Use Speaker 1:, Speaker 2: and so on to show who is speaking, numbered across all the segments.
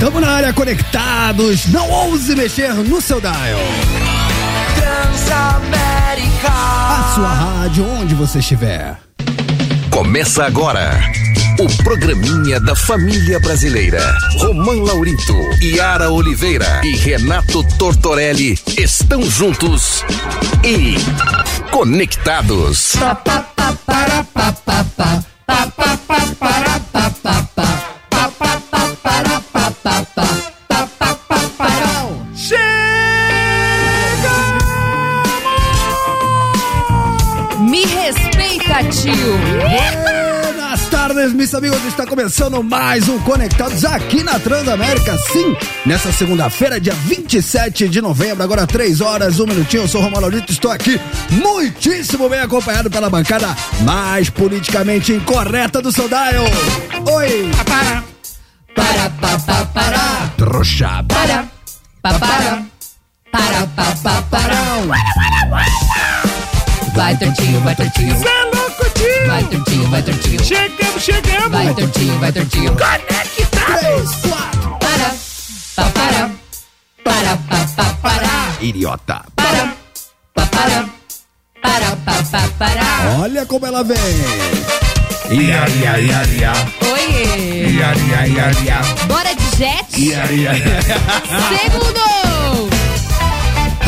Speaker 1: Tamo na área conectados, não ouse mexer no seu dial.
Speaker 2: Transamérica.
Speaker 1: A sua rádio onde você estiver.
Speaker 3: Começa agora. O programinha da família brasileira. Roman Laurito, Yara Oliveira e Renato Tortorelli estão juntos e conectados.
Speaker 4: Me respeita, tio.
Speaker 1: Buenas tardes, meus amigos. Está começando mais um Conectados aqui na Transamérica. Sim, nessa segunda-feira, dia 27 de novembro, agora 3 horas, 1 minutinho. Eu sou Romano Laurito, estou aqui muitíssimo bem acompanhado pela bancada mais politicamente incorreta do seu dial. Oi!
Speaker 4: Para, pa, pa, para.
Speaker 1: Trouxa!
Speaker 4: Para, pa, para. Para, pa, pa, para. Vai, tortinho, vai, tortinho.
Speaker 2: Cê é louco,
Speaker 4: Vai,
Speaker 2: tio.
Speaker 4: tortinho, vai, tortinho.
Speaker 2: Chegamos, chegamos.
Speaker 4: Vai, tortinho, vai, tortinho.
Speaker 2: Conectados.
Speaker 1: 3, 4,
Speaker 4: Para, pa, para. Para, pa, pa, para.
Speaker 1: idiota!
Speaker 4: Para, pa, para. Para, pa, pa, para.
Speaker 1: Olha como ela vem!
Speaker 5: Ia, ia, ia, ia.
Speaker 4: É. Oiê.
Speaker 5: Ia, ia, ia, ia.
Speaker 4: Bora de jet.
Speaker 5: Ia, ia, ia.
Speaker 4: Segundo.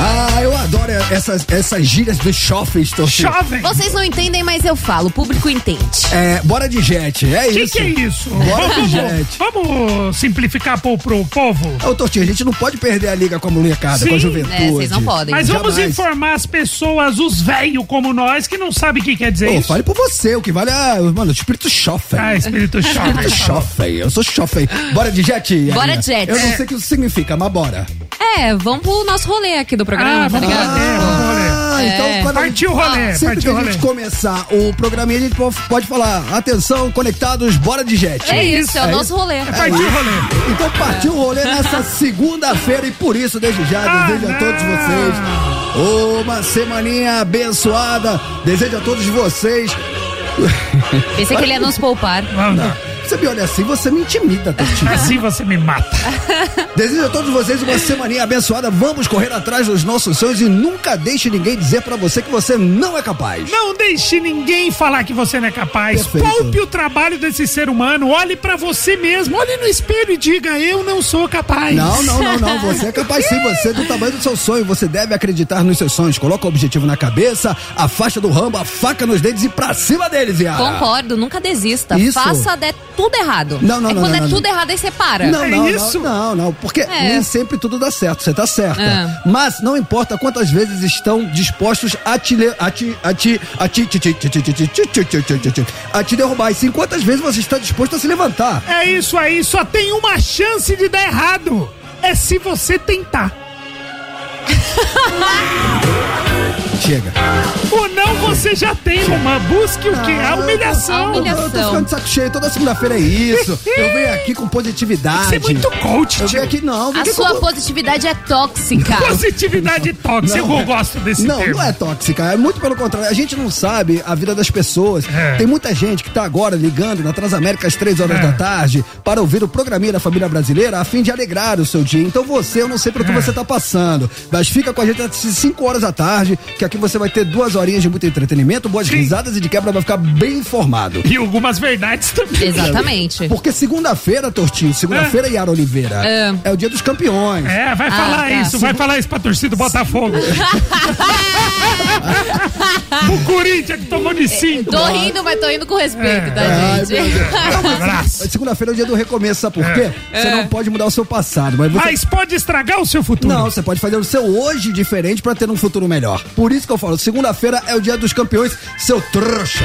Speaker 1: Ah, eu adoro essas, essas gírias dos chofes, torcida.
Speaker 5: Jovem,
Speaker 4: Vocês não entendem, mas eu falo. O público entende.
Speaker 1: É, bora de jet, é
Speaker 5: o que,
Speaker 1: isso.
Speaker 5: que é isso?
Speaker 1: Bora de
Speaker 5: Vamos,
Speaker 1: jet.
Speaker 5: vamos simplificar pro, pro povo?
Speaker 1: Ô, Tortinho, a gente não pode perder a liga com a molecada,
Speaker 5: Sim,
Speaker 1: com a
Speaker 4: É,
Speaker 1: juventude.
Speaker 4: vocês não podem.
Speaker 5: Mas vamos
Speaker 1: jamais.
Speaker 5: informar as pessoas, os velhos como nós, que não sabem o que quer dizer
Speaker 1: Pô,
Speaker 5: isso.
Speaker 1: fale por você, o que vale é. Mano, o espírito chofe.
Speaker 5: Ah, espírito jovem.
Speaker 1: Espírito chofe, eu sou chofe. Bora de jet? Aninha?
Speaker 4: Bora de jet.
Speaker 1: Eu não sei o que isso significa, mas bora.
Speaker 6: É, vamos pro nosso rolê aqui do programa,
Speaker 5: Ah,
Speaker 6: tá
Speaker 5: vamos
Speaker 6: ligado?
Speaker 5: rolê,
Speaker 6: É.
Speaker 5: vamos rolê.
Speaker 1: Ah, então quando a gente-
Speaker 5: Partiu o rolê,
Speaker 1: Sempre que
Speaker 5: partiu o
Speaker 1: a
Speaker 5: rolê.
Speaker 1: gente começar o programinha, a gente po- pode falar: atenção, conectados, bora de jet.
Speaker 6: É isso, é o nosso rolê.
Speaker 5: Partiu o rolê.
Speaker 1: Então partiu o rolê nessa segunda-feira e por isso, desde já,
Speaker 5: Ah,
Speaker 1: desejo a
Speaker 5: não.
Speaker 1: todos vocês uma semaninha abençoada. Desejo a todos vocês.
Speaker 6: Pensei que ele ia nos poupar.
Speaker 5: Vamos lá.
Speaker 1: Você me olha assim, você me intimida, Tortinho.
Speaker 5: Assim você me mata.
Speaker 1: Desejo a todos vocês uma semaninha abençoada. Vamos correr atrás dos nossos sonhos e nunca deixe ninguém dizer pra você que você não é capaz.
Speaker 5: Não deixe ninguém falar que você não é capaz.
Speaker 1: Perfeito.
Speaker 5: Poupe o trabalho desse ser humano. Olhe pra você mesmo. Olhe no espelho e diga: Eu não sou capaz.
Speaker 1: Não, não, não, não. Você é capaz sim, você é do tamanho do seu sonho. Você deve acreditar nos seus sonhos. Coloca o objetivo na cabeça, a faixa do rambo, a faca nos dedos e pra cima deles, Yara.
Speaker 6: Concordo, nunca desista.
Speaker 1: Isso.
Speaker 6: Faça de tudo errado.
Speaker 1: Não, não,
Speaker 6: Aí
Speaker 1: não,
Speaker 6: Quando
Speaker 1: não,
Speaker 6: é
Speaker 1: não.
Speaker 6: tudo errado, aí você para.
Speaker 1: Não,
Speaker 5: É
Speaker 1: não,
Speaker 5: isso?
Speaker 1: não, não, não, porque nem sempre tudo dá certo, você tá certa.
Speaker 6: É.
Speaker 1: Mas não importa quantas vezes estão dispostos a te le- a te a te a te te- te- te- te- te- te- te- te- te- te- te- te- a te derrubar, e sim quantas vezes você está disposto a se levantar.
Speaker 5: É isso aí. Só tem uma chance de dar errado. É se você tentar.
Speaker 1: Chega.
Speaker 5: O não você já tem, Romã. Busque o quê? A humilhação.
Speaker 6: A humilha-
Speaker 1: Eu tô
Speaker 6: Humilhação.
Speaker 1: ficando de saco cheio, toda segunda-feira é isso. Eu venho aqui com positividade.
Speaker 5: Você é muito coach,
Speaker 1: Eu
Speaker 5: tio.
Speaker 1: venho aqui não, vem
Speaker 6: A
Speaker 1: aqui
Speaker 6: sua
Speaker 1: com... assim?
Speaker 6: positividade é tóxica.
Speaker 5: Positividade tóxica.
Speaker 1: Não.
Speaker 5: Eu gosto desse
Speaker 1: Não,
Speaker 5: termo.
Speaker 1: não é tóxica, é muito pelo contrário. A gente não sabe a vida das pessoas.
Speaker 5: É.
Speaker 1: Tem muita gente que tá agora ligando na Transamérica às três horas
Speaker 5: É.
Speaker 1: da tarde para ouvir o programinha da família brasileira a fim de alegrar o seu dia. Então você, eu não sei pelo que
Speaker 5: É.
Speaker 1: você tá passando, mas fica com a gente às cinco horas da tarde, que aqui você vai ter duas horinhas de muito entretenimento, boas
Speaker 5: Sim.
Speaker 1: risadas e de quebra vai ficar bem informado.
Speaker 5: E algumas verdades também.
Speaker 6: Exatamente.
Speaker 1: Porque segunda-feira, Tortinho, segunda-feira, Yara Oliveira, é.
Speaker 6: É.
Speaker 1: o dia dos campeões.
Speaker 5: É, vai falar
Speaker 6: tá.
Speaker 5: isso, vai falar isso pra torcida do Botafogo. o Corinthians que tomou
Speaker 6: É,
Speaker 5: de cinco.
Speaker 6: Tô rindo, mas tô rindo com respeito, tá,
Speaker 1: É, Ai,
Speaker 6: gente?
Speaker 1: meu Deus.
Speaker 5: Abraço.
Speaker 1: Segunda-feira é o dia do recomeço, sabe por
Speaker 5: É.
Speaker 1: quê? Você não pode mudar o seu passado, mas você
Speaker 5: Mas pode estragar o seu futuro.
Speaker 1: Não, você pode fazer o seu hoje diferente pra ter um futuro melhor. Por isso que eu falo, segunda-feira é o dia dos campeões, seu trouxa.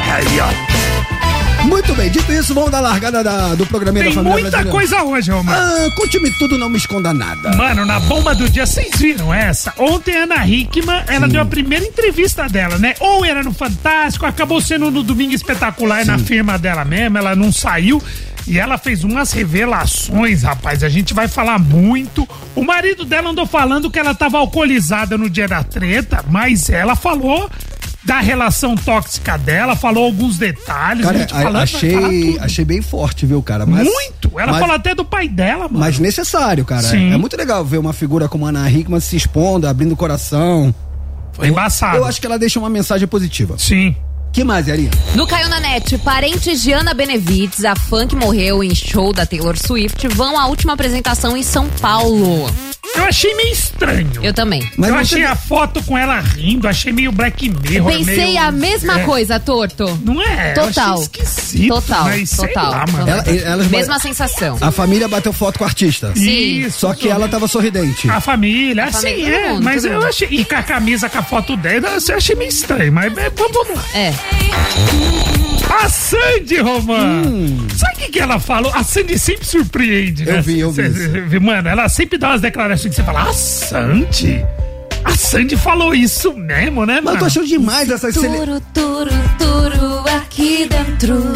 Speaker 1: Muito bem, dito isso, vamos dar largada da- do programinha
Speaker 5: Tem
Speaker 1: da família
Speaker 5: muita
Speaker 1: brasileira.
Speaker 5: coisa hoje, Romano.
Speaker 1: Ah, conte-me tudo, não me esconda nada.
Speaker 5: Mano, na bomba do dia, vocês viram essa? Ontem a Ana Hickman, ela deu a primeira entrevista dela, né? Ou era no Fantástico, acabou sendo no Domingo Espetacular é na firma dela mesma, ela não saiu. E ela fez umas revelações, rapaz. A gente vai falar muito. O marido dela andou falando que ela tava alcoolizada no dia da treta, mas ela falou da relação tóxica dela, falou alguns detalhes.
Speaker 1: Cara,
Speaker 5: a gente
Speaker 1: a-
Speaker 5: falando, vai falar
Speaker 1: achei,
Speaker 5: tudo.
Speaker 1: achei bem forte, viu, cara? Mas-
Speaker 5: Muito! Ela
Speaker 1: mas-
Speaker 5: falou até do pai dela, mano.
Speaker 1: Mas necessário, cara.
Speaker 5: Sim.
Speaker 1: É muito legal ver uma figura como a Ana Hickman se expondo, abrindo o coração.
Speaker 5: Foi embaçado.
Speaker 1: Eu acho que ela deixa uma mensagem positiva.
Speaker 5: Sim.
Speaker 1: que mais, Ari?
Speaker 6: No Caiu na Net, parentes de Ana Benevides, a fã que morreu em show da Taylor Swift, vão à última apresentação em São Paulo.
Speaker 5: Eu achei meio estranho.
Speaker 6: Eu também.
Speaker 1: Mas
Speaker 5: eu
Speaker 1: não
Speaker 5: achei
Speaker 1: teve-
Speaker 5: a foto com ela rindo, achei meio Black Mirror.
Speaker 6: Pensei
Speaker 5: meio-
Speaker 6: a mesma
Speaker 5: é.
Speaker 6: coisa, torto.
Speaker 5: Não é? Eu
Speaker 6: Total.
Speaker 5: achei esquisito.
Speaker 6: Total,
Speaker 5: mas sei
Speaker 6: total.
Speaker 5: lá, mano.
Speaker 1: Ela- elas-
Speaker 6: Mesma sensação.
Speaker 1: A família bateu foto com o artista.
Speaker 6: Sim.
Speaker 5: Isso,
Speaker 1: Só que ela tava sorridente.
Speaker 5: A família, assim
Speaker 6: família, todo
Speaker 5: é.
Speaker 6: mundo,
Speaker 5: mas
Speaker 6: todo
Speaker 5: eu
Speaker 6: mundo.
Speaker 5: achei. E com a camisa com a foto dela, eu achei meio estranho. Mas é, vamos vamos lá.
Speaker 6: É.
Speaker 5: A Sandy, Roman! Sabe o que, que ela falou? A Sandy sempre surpreende, né?
Speaker 1: Hum. Eu vi, eu vi
Speaker 5: Cê-
Speaker 1: isso.
Speaker 5: cê- Mano, ela sempre dá umas declarações que você fala, a Sandy? A Sandy falou isso mesmo, né, mano?
Speaker 1: Mas eu tô achando demais essa, cele-
Speaker 6: Turu, turu, turu aqui dentro.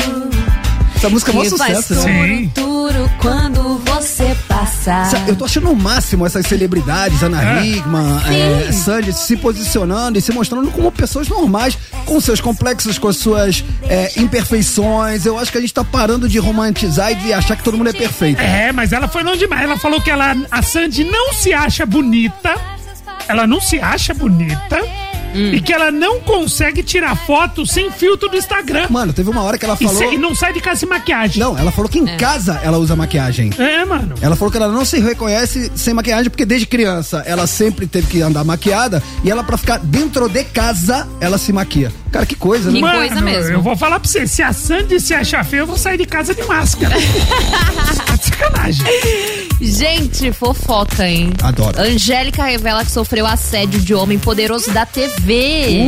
Speaker 1: essa música é mó
Speaker 6: E faz
Speaker 1: sucesso, né?
Speaker 5: Sim.
Speaker 6: turu, turu quando você passar.
Speaker 1: Sa- Eu tô achando o máximo essas celebridades, Ana
Speaker 5: É.
Speaker 1: Hickman, é, Sandy, se posicionando e se mostrando como pessoas normais, com seus complexos, com as suas é, imperfeições. Eu acho que a gente tá parando de romantizar e de achar que todo mundo é perfeito.
Speaker 5: É, mas ela foi longe demais. Ela falou que ela, a Sandy não se acha bonita. Ela não se acha bonita.
Speaker 1: Hum.
Speaker 5: E que ela não consegue tirar foto sem filtro do Instagram.
Speaker 1: Mano, teve uma hora que ela
Speaker 5: E,
Speaker 1: falou.
Speaker 5: se- e não sai de casa sem maquiagem.
Speaker 1: Não, ela falou que em
Speaker 6: É.
Speaker 1: casa ela usa maquiagem.
Speaker 5: É, mano.
Speaker 1: Ela falou que ela não se reconhece sem maquiagem porque desde criança ela sempre teve que andar maquiada e ela pra ficar dentro de casa ela se maquia. Cara, que coisa, né?
Speaker 6: Que coisa mesmo.
Speaker 5: Eu vou falar pra você, se a Sandy se achar feia, eu vou sair de casa de máscara. Tá de Sacanagem.
Speaker 6: Gente, fofoca, hein?
Speaker 1: Adoro.
Speaker 6: Angélica revela que sofreu assédio de homem poderoso da TV.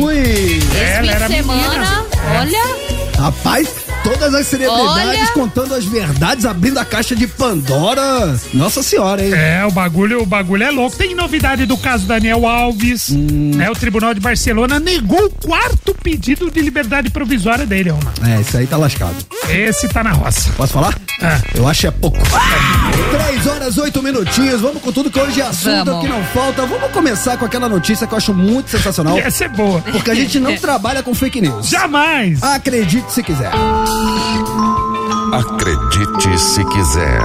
Speaker 1: Ui!
Speaker 6: Esse
Speaker 5: Ela
Speaker 6: fim
Speaker 5: era
Speaker 6: de semana,
Speaker 5: menina.
Speaker 6: olha,
Speaker 1: Rapaz, todas as celebridades
Speaker 6: Olha.
Speaker 1: contando as verdades, abrindo a caixa de Pandora. Nossa senhora, hein?
Speaker 5: É, o bagulho, o bagulho é louco. Tem novidade do caso Daniel Alves.
Speaker 1: Hum.
Speaker 5: Né, o Tribunal de Barcelona negou o quarto pedido de liberdade provisória dele, Romano.
Speaker 1: É, isso aí tá lascado.
Speaker 5: Esse tá na roça.
Speaker 1: Posso falar?
Speaker 5: É.
Speaker 1: Eu acho é pouco. Três horas, oito minutinhos. Vamos com tudo que hoje é assunto
Speaker 6: Vamos.
Speaker 1: que não falta. Vamos começar com aquela notícia que eu acho muito sensacional.
Speaker 5: Essa é boa.
Speaker 1: Porque a gente não trabalha com fake news.
Speaker 5: Jamais.
Speaker 1: Acredite se quiser.
Speaker 3: Acredite se quiser.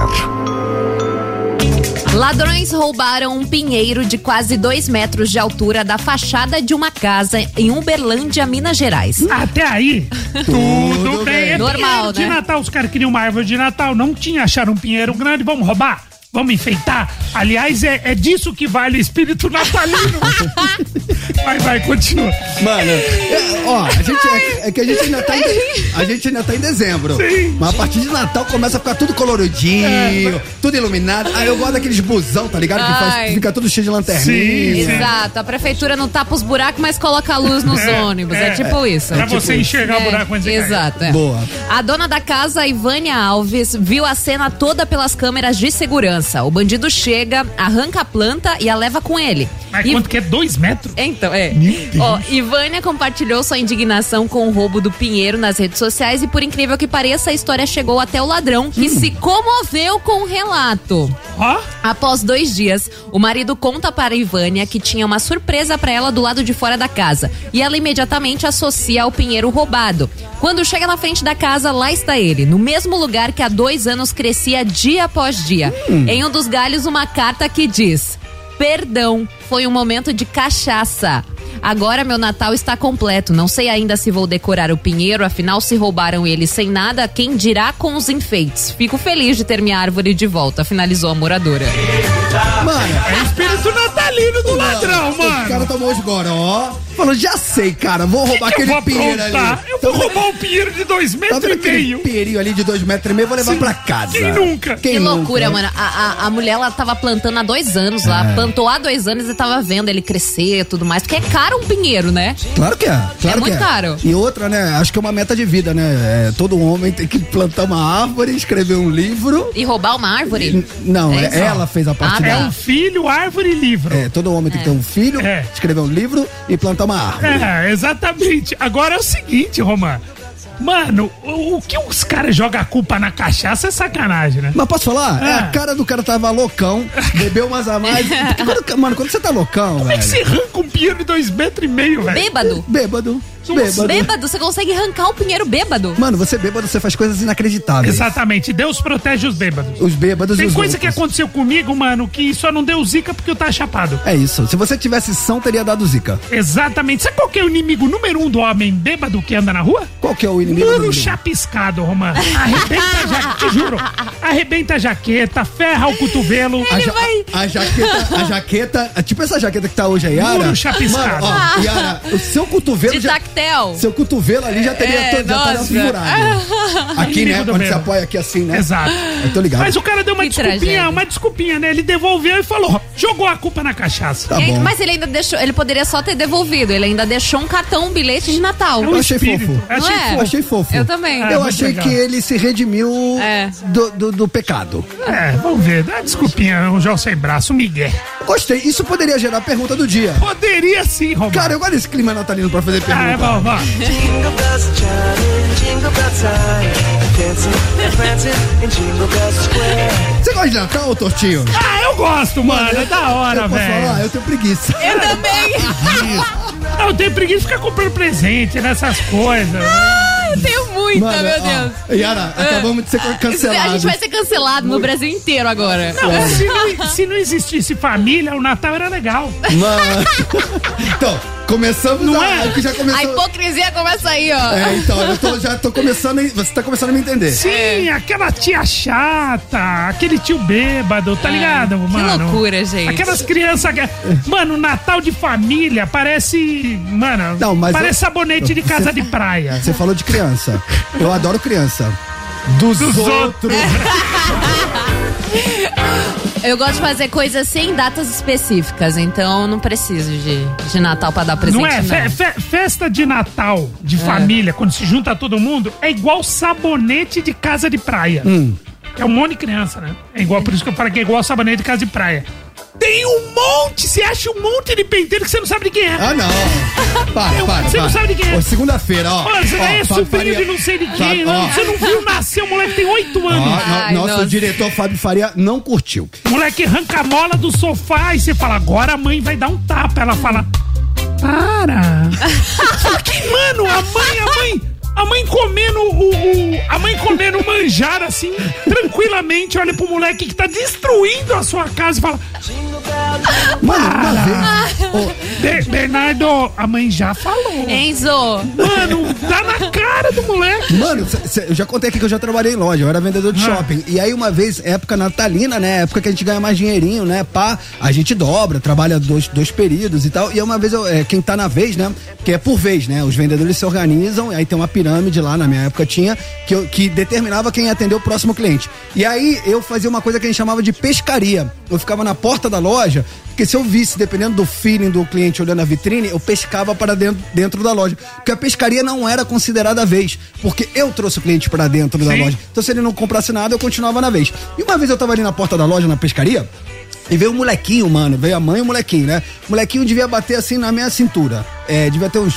Speaker 6: ladrões roubaram um pinheiro de quase dois metros de altura da fachada de uma casa em Uberlândia, Minas Gerais.
Speaker 1: Ah,
Speaker 5: Até aí, tudo bem. É
Speaker 6: Normal,
Speaker 5: pinheiro de
Speaker 6: né?
Speaker 5: Natal, os caras queriam uma árvore de Natal, não tinha, acharam um pinheiro grande, vamos roubar, vamos enfeitar. Aliás, é, é disso que vale o espírito natalino. vai, vai, continua.
Speaker 1: Mano, é, ó, a gente, é, é que a gente ainda tá em, de- a gente ainda tá em dezembro.
Speaker 5: Sim.
Speaker 1: Mas a partir de Natal começa a ficar tudo coloridinho, tudo iluminado. Aí eu gosto daqueles busão, tá ligado? Que faz-
Speaker 6: É. Ai.
Speaker 1: fica tudo cheio de lanterninha.
Speaker 5: Sim, sim.
Speaker 6: Exato, a prefeitura não tapa os buracos, mas coloca a luz nos ônibus. É,
Speaker 5: é,
Speaker 6: tipo isso. É,
Speaker 5: Pra você enxergar o buraco antes de cair.
Speaker 6: Exato. é.
Speaker 1: Boa.
Speaker 6: A dona da casa, Ivânia Alves, viu a cena toda pelas câmeras de segurança. O bandido chega, arranca a planta e a leva com ele.
Speaker 5: Mas
Speaker 6: E-
Speaker 5: quanto que é? Dois metros?
Speaker 6: Então, é.
Speaker 5: Meu Deus.
Speaker 6: Ó, Ivânia compartilhou sua indignação com o roubo do Pinheiro nas redes sociais e, por incrível que pareça, a história chegou até o ladrão, que se comoveu com o relato.
Speaker 5: Ó,
Speaker 6: Após dois dias, o marido conta para Ivânia que tinha uma surpresa para ela do lado de fora da casa e ela imediatamente associa ao pinheiro roubado. Quando chega na frente da casa, lá está ele, no mesmo lugar que há dois anos crescia dia após dia. Em um dos galhos, uma carta que diz: Perdão, foi um momento de cachaça. Agora meu Natal está completo. Não sei ainda se vou decorar o pinheiro, afinal, se roubaram ele sem nada, quem dirá com os enfeites? Fico feliz de ter minha árvore de volta, finalizou a moradora.
Speaker 1: Mano,
Speaker 5: é o espírito natalino do ladrão,
Speaker 1: o cara
Speaker 5: mano.
Speaker 1: tomou os goró. Falou, já sei, cara, vou
Speaker 5: Eu
Speaker 1: roubar aquele
Speaker 5: vou
Speaker 1: pinheiro ali. Então,
Speaker 5: aprontar. Eu vou roubar um pinheiro de dois
Speaker 1: Tá
Speaker 5: metros
Speaker 1: vendo
Speaker 5: e
Speaker 1: aquele
Speaker 5: meio.
Speaker 1: pinheirinho ali de dois metros e meio? Vou levar pra casa.
Speaker 5: Quem nunca?
Speaker 1: Quem
Speaker 6: Que
Speaker 1: nunca,
Speaker 6: loucura,
Speaker 1: né? É.
Speaker 6: mano. A, a, a mulher, ela tava plantando há dois anos lá. Plantou há dois anos e tava vendo ele crescer e tudo mais. Porque é caro um pinheiro, né?
Speaker 1: Claro que é. Claro que
Speaker 6: muito caro.
Speaker 1: E outra, né? Acho que é uma meta de vida, né? É, todo homem tem que plantar uma árvore, escrever um livro.
Speaker 6: E roubar uma árvore?
Speaker 1: N- Não,
Speaker 6: É isso.
Speaker 1: ela fez a parte
Speaker 6: Ah,
Speaker 5: É
Speaker 1: dela.
Speaker 5: um filho, árvore e livro.
Speaker 1: É, todo homem tem que ter um filho,
Speaker 5: É.
Speaker 1: escrever um livro e plantar uma árvore.
Speaker 5: É, exatamente. Agora é o seguinte, Roman. Mano, o, o que os caras jogam a culpa na cachaça é sacanagem, né?
Speaker 1: Mas posso falar? É.
Speaker 5: É.
Speaker 1: a cara do cara tava loucão, bebeu umas a mais. Porque quando- mano, quando você tá loucão,
Speaker 5: Como é que
Speaker 1: velho,
Speaker 5: você arranca um pinheiro de dois metros e meio, velho?
Speaker 6: Bêbado?
Speaker 1: bêbado. Bêbado.
Speaker 6: Bêbado, você consegue arrancar o pinheiro bêbado.
Speaker 1: Mano, você é bêbado, você faz coisas inacreditáveis.
Speaker 5: Exatamente, Deus protege os bêbados.
Speaker 1: Os bêbados e
Speaker 5: Tem
Speaker 1: os
Speaker 5: coisa que
Speaker 1: loucos.
Speaker 5: aconteceu comigo, mano, que só não deu zica porque eu tava chapado.
Speaker 1: É isso. Se você tivesse são, teria dado zica.
Speaker 5: Exatamente. Sabe qual que é o inimigo número um do homem bêbado que anda na rua?
Speaker 1: Qual que é o inimigo do
Speaker 5: Muro
Speaker 1: mundo?
Speaker 5: chapiscado, Romã. Arrebenta a jaqueta, te juro. Arrebenta a jaqueta, ferra o cotovelo.
Speaker 1: A, ja-
Speaker 6: vai-
Speaker 1: a jaqueta, a jaqueta, a- tipo essa jaqueta que tá hoje, a Yara.
Speaker 5: Muro chapiscado.
Speaker 1: Mano, ó, Yara, o seu cotovelo
Speaker 6: De
Speaker 1: já,
Speaker 6: tactel.
Speaker 1: seu cotovelo ali já teria
Speaker 6: É,
Speaker 1: todo, já estaria
Speaker 6: nossa.
Speaker 1: figurado. Aqui, né,
Speaker 5: Inimigo do
Speaker 1: quando você
Speaker 5: bêbado.
Speaker 1: apoia aqui assim, né?
Speaker 5: Exato.
Speaker 1: Eu tô ligado.
Speaker 5: Mas o cara deu uma
Speaker 6: Que
Speaker 5: desculpinha,
Speaker 6: tragédia.
Speaker 5: uma desculpinha, né? Ele devolveu e falou, jogou a culpa na cachaça.
Speaker 1: Tá
Speaker 6: E aí-
Speaker 1: bom.
Speaker 6: mas ele ainda deixou, ele poderia só ter devolvido, ele ainda deixou um cartão, um bilhete de Natal.
Speaker 5: É um
Speaker 1: Eu achei
Speaker 5: espírito.
Speaker 1: fofo.
Speaker 5: Achei
Speaker 6: Não é?
Speaker 1: Eu
Speaker 5: fofo.
Speaker 1: achei fofo.
Speaker 6: Eu também.
Speaker 5: Ah,
Speaker 1: Eu
Speaker 5: muito
Speaker 1: achei
Speaker 5: legal.
Speaker 1: que ele se redimiu
Speaker 6: É.
Speaker 1: do, do, do pecado.
Speaker 5: É, vamos ver. Dá uma desculpinha, um João sem braço, um migué.
Speaker 1: Gostei. Isso poderia gerar pergunta do dia.
Speaker 5: Poderia sim, Romã.
Speaker 1: Cara, eu gosto desse clima natalino pra fazer pergunta.
Speaker 5: Ah, é bom, bom.
Speaker 7: Jingle bells are chiming, jingle bell time. Dancing and prancing in Jingle Bell Square.
Speaker 1: Você gosta de Natal, Tortinho?
Speaker 5: Ah, eu gosto, mano. É da hora,
Speaker 1: eu posso falar?
Speaker 5: velho.
Speaker 1: Eu tenho preguiça.
Speaker 6: Eu também.
Speaker 5: Ah, Eu tenho preguiça de ficar comprando presente nessas coisas. né?
Speaker 6: Ah, eu tenho muita,
Speaker 1: Mano,
Speaker 6: meu
Speaker 1: ó,
Speaker 6: Deus. Ah.
Speaker 1: Yara, acabamos de ser
Speaker 6: A
Speaker 1: cancelados.
Speaker 6: gente vai ser cancelado no Brasil inteiro agora.
Speaker 5: Não, se não, se não existisse família, o Natal era legal.
Speaker 1: Mano. então, começamos
Speaker 5: Não
Speaker 1: a...
Speaker 5: é?
Speaker 1: que já
Speaker 6: A
Speaker 1: começou...
Speaker 6: hipocrisia começa aí, ó.
Speaker 1: É, então, eu tô- já tô começando... a- Você tá começando a me entender.
Speaker 6: é.
Speaker 5: Sim, aquela tia chata, aquele tio bêbado, tá ligado,
Speaker 6: É. que
Speaker 5: mano?
Speaker 6: loucura, gente.
Speaker 5: Aquelas crianças que. Mano, Natal de família parece. Mano,
Speaker 1: Não, mas
Speaker 5: parece
Speaker 1: eu- tá-
Speaker 5: sabonete de casa de praia.
Speaker 1: Você falou de criança. Eu adoro criança. Dos, outros.
Speaker 6: Eu gosto de fazer coisas sem datas específicas, então não preciso de, de Natal pra dar presente.
Speaker 5: Não é?
Speaker 1: né?
Speaker 5: Fe- fe- festa de Natal, de
Speaker 1: É.
Speaker 5: família, quando se junta todo mundo, é igual sabonete de casa de praia.
Speaker 1: Hum.
Speaker 5: É um monte de criança, né? É igual, por isso que eu falo que é igual sabonete de casa de praia. Tem um monte, você acha um monte de penteiro que você não sabe de quem é.
Speaker 1: Ah, não. Para,
Speaker 5: Eu-
Speaker 1: para,
Speaker 5: você não
Speaker 1: para.
Speaker 5: sabe de quem é.
Speaker 1: Ô, Segunda-feira, ó.
Speaker 5: Mano, você
Speaker 1: Ó,
Speaker 5: é
Speaker 1: Fábio
Speaker 5: sobrinho de não sei de quem,
Speaker 1: Fábio,
Speaker 5: né?
Speaker 1: ó.
Speaker 5: Você não viu nascer, o moleque tem oito
Speaker 1: Ó,
Speaker 5: anos.
Speaker 1: no-
Speaker 6: Ai,
Speaker 1: nosso
Speaker 6: nossa.
Speaker 1: diretor Fábio Faria não curtiu.
Speaker 5: O moleque arranca a mola do sofá e você fala, agora a mãe vai dar um tapa. Ela fala, para. Só que, mano, a mãe, a mãe, a mãe comendo o, o- a mãe comendo manjar assim, tranquilamente, olha pro moleque que tá destruindo a sua casa e fala,
Speaker 1: Mano, uma vez.
Speaker 5: "Be- Bernardo, a mãe já falou.
Speaker 6: Enzo,
Speaker 5: Mano, dá na cara do moleque.
Speaker 1: Mano, cê- cê- eu já contei aqui que eu já trabalhei em loja, eu era vendedor de
Speaker 5: Ah.
Speaker 1: shopping. E aí, uma vez, época natalina, né? Época que a gente ganha mais dinheirinho, né? Pá, a gente dobra, trabalha dois, dois períodos e tal. E aí uma vez, eu, é, quem tá na vez, né? Que é por vez, né? Os vendedores se organizam, e aí tem uma pirâmide lá, na minha época tinha, que, eu- que determinava quem ia atender o próximo cliente. E aí, eu fazia uma coisa que a gente chamava de pescaria. Eu ficava na porta da loja, porque se eu visse, dependendo do feeling do cliente olhando a vitrine, eu pescava para dentro, dentro da loja. Porque a pescaria não era considerada vez, porque eu trouxe o cliente para dentro da
Speaker 5: Sim.
Speaker 1: loja. Então se ele não comprasse nada, eu continuava na vez. E uma vez eu tava ali na porta da loja, na pescaria, e veio o molequinho, mano. Veio a mãe e o molequinho, né? O molequinho devia bater assim na minha cintura. É, devia ter uns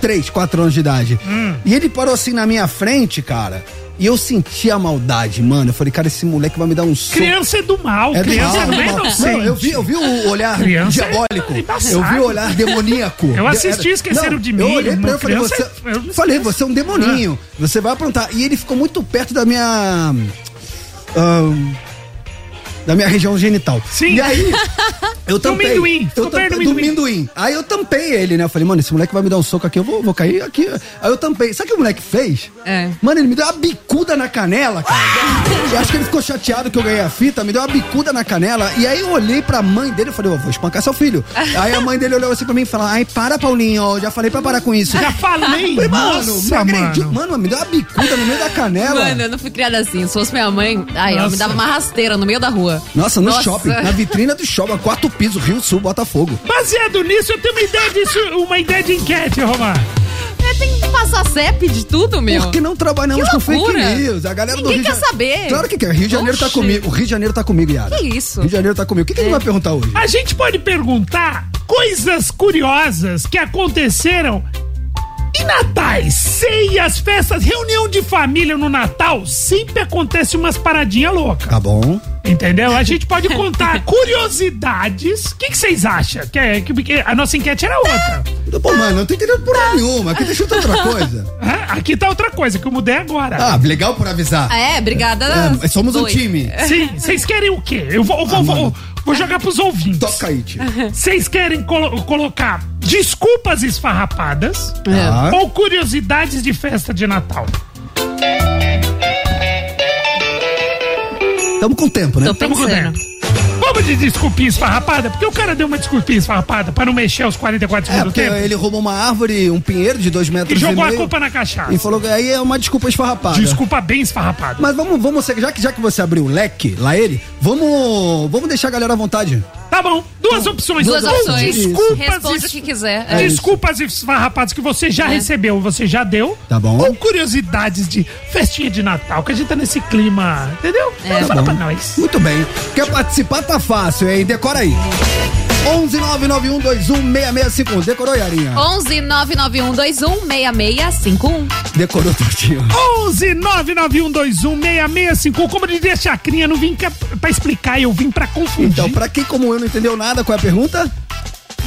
Speaker 1: 3, 4 anos de idade. E ele parou assim na minha frente, cara. E eu senti a maldade, mano. Eu falei, cara, esse moleque vai me dar um soco.
Speaker 5: Criança é do mal,
Speaker 1: É do
Speaker 5: criança
Speaker 1: mal,
Speaker 5: não é
Speaker 1: do mal.
Speaker 5: inocente.
Speaker 1: Não, eu vi, eu vi o olhar
Speaker 5: Criança é
Speaker 1: diabólico.
Speaker 5: embaçado.
Speaker 1: eu vi o olhar demoníaco.
Speaker 5: Eu assisti Esqueceram de Mim,
Speaker 1: Eu olhei pra ele
Speaker 5: irmão,
Speaker 1: e falei, você,
Speaker 5: criança é- eu- Ah.
Speaker 1: falei, você é um demoninho. Você vai aprontar. E ele ficou muito perto da minha. ahn, da minha região genital.
Speaker 5: Sim.
Speaker 1: E aí, eu tampei.
Speaker 5: minduim, ficou
Speaker 1: Eu
Speaker 5: perto
Speaker 1: tampei
Speaker 5: do
Speaker 1: do
Speaker 5: minduim.
Speaker 1: minduim. Aí eu tampei ele, né? Eu falei, mano, esse moleque vai me dar um soco aqui, eu vou, vou cair aqui. Aí eu tampei. Sabe o que o moleque fez?
Speaker 6: É.
Speaker 1: Mano, ele me deu uma bicuda na canela, cara. Eu acho que ele ficou chateado que eu ganhei a fita, me deu uma bicuda na canela. E aí eu olhei pra mãe dele e falei, eu vou espancar seu filho. aí a mãe dele olhou assim pra mim e falou, ai, para, Paulinho, eu já falei pra parar com isso.
Speaker 5: Já falei,
Speaker 1: Falei, mano,
Speaker 5: nossa,
Speaker 1: me agrediu.
Speaker 5: mano.
Speaker 1: Mano, me deu uma bicuda no meio da canela.
Speaker 6: mano, eu não fui criada assim. Se fosse minha mãe, ai, ela
Speaker 5: Nossa.
Speaker 6: me dava uma rasteira no meio da rua.
Speaker 1: Nossa, no shopping, na vitrina do shopping, quarto piso, Rio Sul, Botafogo.
Speaker 5: Baseado nisso, eu tenho uma ideia disso, uma ideia de enquete, Romar.
Speaker 6: É, Tem que passar CEP de tudo, meu.
Speaker 1: Por que não trabalhamos
Speaker 6: Que
Speaker 1: com fake
Speaker 6: loucura.
Speaker 1: news? A galera do
Speaker 6: Ninguém
Speaker 1: Rio de
Speaker 6: quer
Speaker 1: Jane-
Speaker 6: saber.
Speaker 1: Claro que quer. Rio de Janeiro tá
Speaker 6: Oxi.
Speaker 1: comigo. O Rio de Janeiro tá comigo, Yara.
Speaker 6: Que isso?
Speaker 1: Rio de Janeiro tá comigo. O que, que
Speaker 4: É.
Speaker 1: ele vai perguntar hoje?
Speaker 5: A gente pode perguntar coisas curiosas que aconteceram E Natais, ceias, festas, reunião de família no Natal, sempre acontece umas paradinhas loucas.
Speaker 1: Tá bom.
Speaker 5: Entendeu? A gente pode contar curiosidades. O que que vocês acham? Que, que- que a nossa enquete era outra.
Speaker 1: Pô, mano, não tô entendendo por nenhuma. Aqui deixa eu ter outra coisa.
Speaker 5: Hã? Aqui tá outra coisa que eu mudei agora.
Speaker 1: Ah, legal por avisar.
Speaker 4: Ah, É, obrigada.
Speaker 1: É, somos um
Speaker 4: Oi.
Speaker 1: time.
Speaker 5: Sim, vocês querem o quê? Eu vou, eu vou, vou- vou jogar pros ouvintes.
Speaker 1: Toca aí, tio.
Speaker 5: Vocês querem colo- colocar desculpas esfarrapadas
Speaker 4: É.
Speaker 1: Tá.
Speaker 5: ou curiosidades de festa de Natal?
Speaker 1: Tamo com tempo, né?
Speaker 4: Tô
Speaker 5: Tamo com
Speaker 4: pensando.
Speaker 5: tempo. Vamos de desculpinha esfarrapada? Porque o cara deu uma desculpinha esfarrapada pra não mexer os 44
Speaker 1: É,
Speaker 5: segundos do
Speaker 1: porque
Speaker 5: tempo
Speaker 1: ele roubou uma árvore, um pinheiro de dois metros
Speaker 5: e jogou a
Speaker 1: meio,
Speaker 5: culpa na cachaça.
Speaker 1: E falou que aí é uma desculpa esfarrapada.
Speaker 5: Desculpa bem esfarrapada.
Speaker 1: Mas vamos, vamos, já que, já que você abriu o leque, lá ele, vamos, vamos deixar a galera à vontade.
Speaker 5: Tá bom, duas opções.
Speaker 4: Duas
Speaker 5: Ou
Speaker 4: opções.
Speaker 5: Desculpas
Speaker 4: Responde o
Speaker 5: es-
Speaker 4: que quiser.
Speaker 1: É isso. É.
Speaker 5: Desculpas esfarrapadas que você já recebeu, você já deu.
Speaker 1: Tá bom.
Speaker 5: Ou curiosidades de festinha de Natal, que a gente tá nesse clima, entendeu? É,
Speaker 1: Tá
Speaker 5: fala
Speaker 1: bom.
Speaker 5: pra nós.
Speaker 1: Muito bem. Quer participar? Tá fácil, hein? Decora aí. 11991216651. Decorou, Yarinha?
Speaker 4: 11 991216651.
Speaker 1: Decorou, Tortinho.
Speaker 5: 11 991216651. Como diria a Chacrinha, não vim cá pra explicar, eu vim pra confundir.
Speaker 1: Então, pra quem como eu não entendeu nada, qual é a pergunta?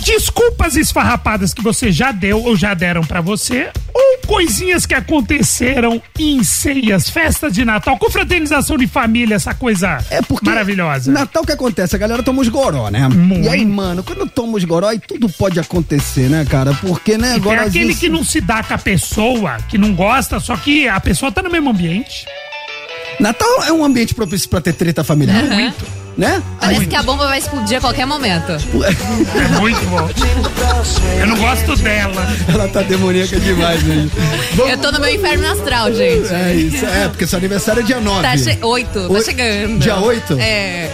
Speaker 5: Desculpas esfarrapadas que você já deu ou já deram pra você, ou coisinhas que aconteceram em ceias, festas de Natal, confraternização de família, essa coisa
Speaker 1: É porque.
Speaker 5: maravilhosa.
Speaker 1: Natal o que acontece? A galera toma os goró, né?
Speaker 5: Muito.
Speaker 1: E aí, mano, quando toma os goró, aí tudo pode acontecer, né, cara? Porque, né,
Speaker 5: É
Speaker 1: agora. às
Speaker 5: aquele
Speaker 1: vezes-
Speaker 5: que não se dá com a pessoa, que não gosta, só que a pessoa tá no mesmo ambiente.
Speaker 1: Natal é um ambiente propício pra ter treta
Speaker 5: É
Speaker 1: familiar.
Speaker 4: Muito.
Speaker 1: Né?
Speaker 4: Parece que a bomba vai explodir a qualquer momento.
Speaker 5: É muito bom. Eu não gosto dela.
Speaker 1: Ela tá demoníaca demais, né?
Speaker 4: Eu tô no meu inferno astral, gente.
Speaker 1: É isso, é, porque seu aniversário é dia 9.
Speaker 4: Tá che... Oito, tá
Speaker 1: Oi-
Speaker 4: chegando.
Speaker 1: Dia 8?
Speaker 4: É.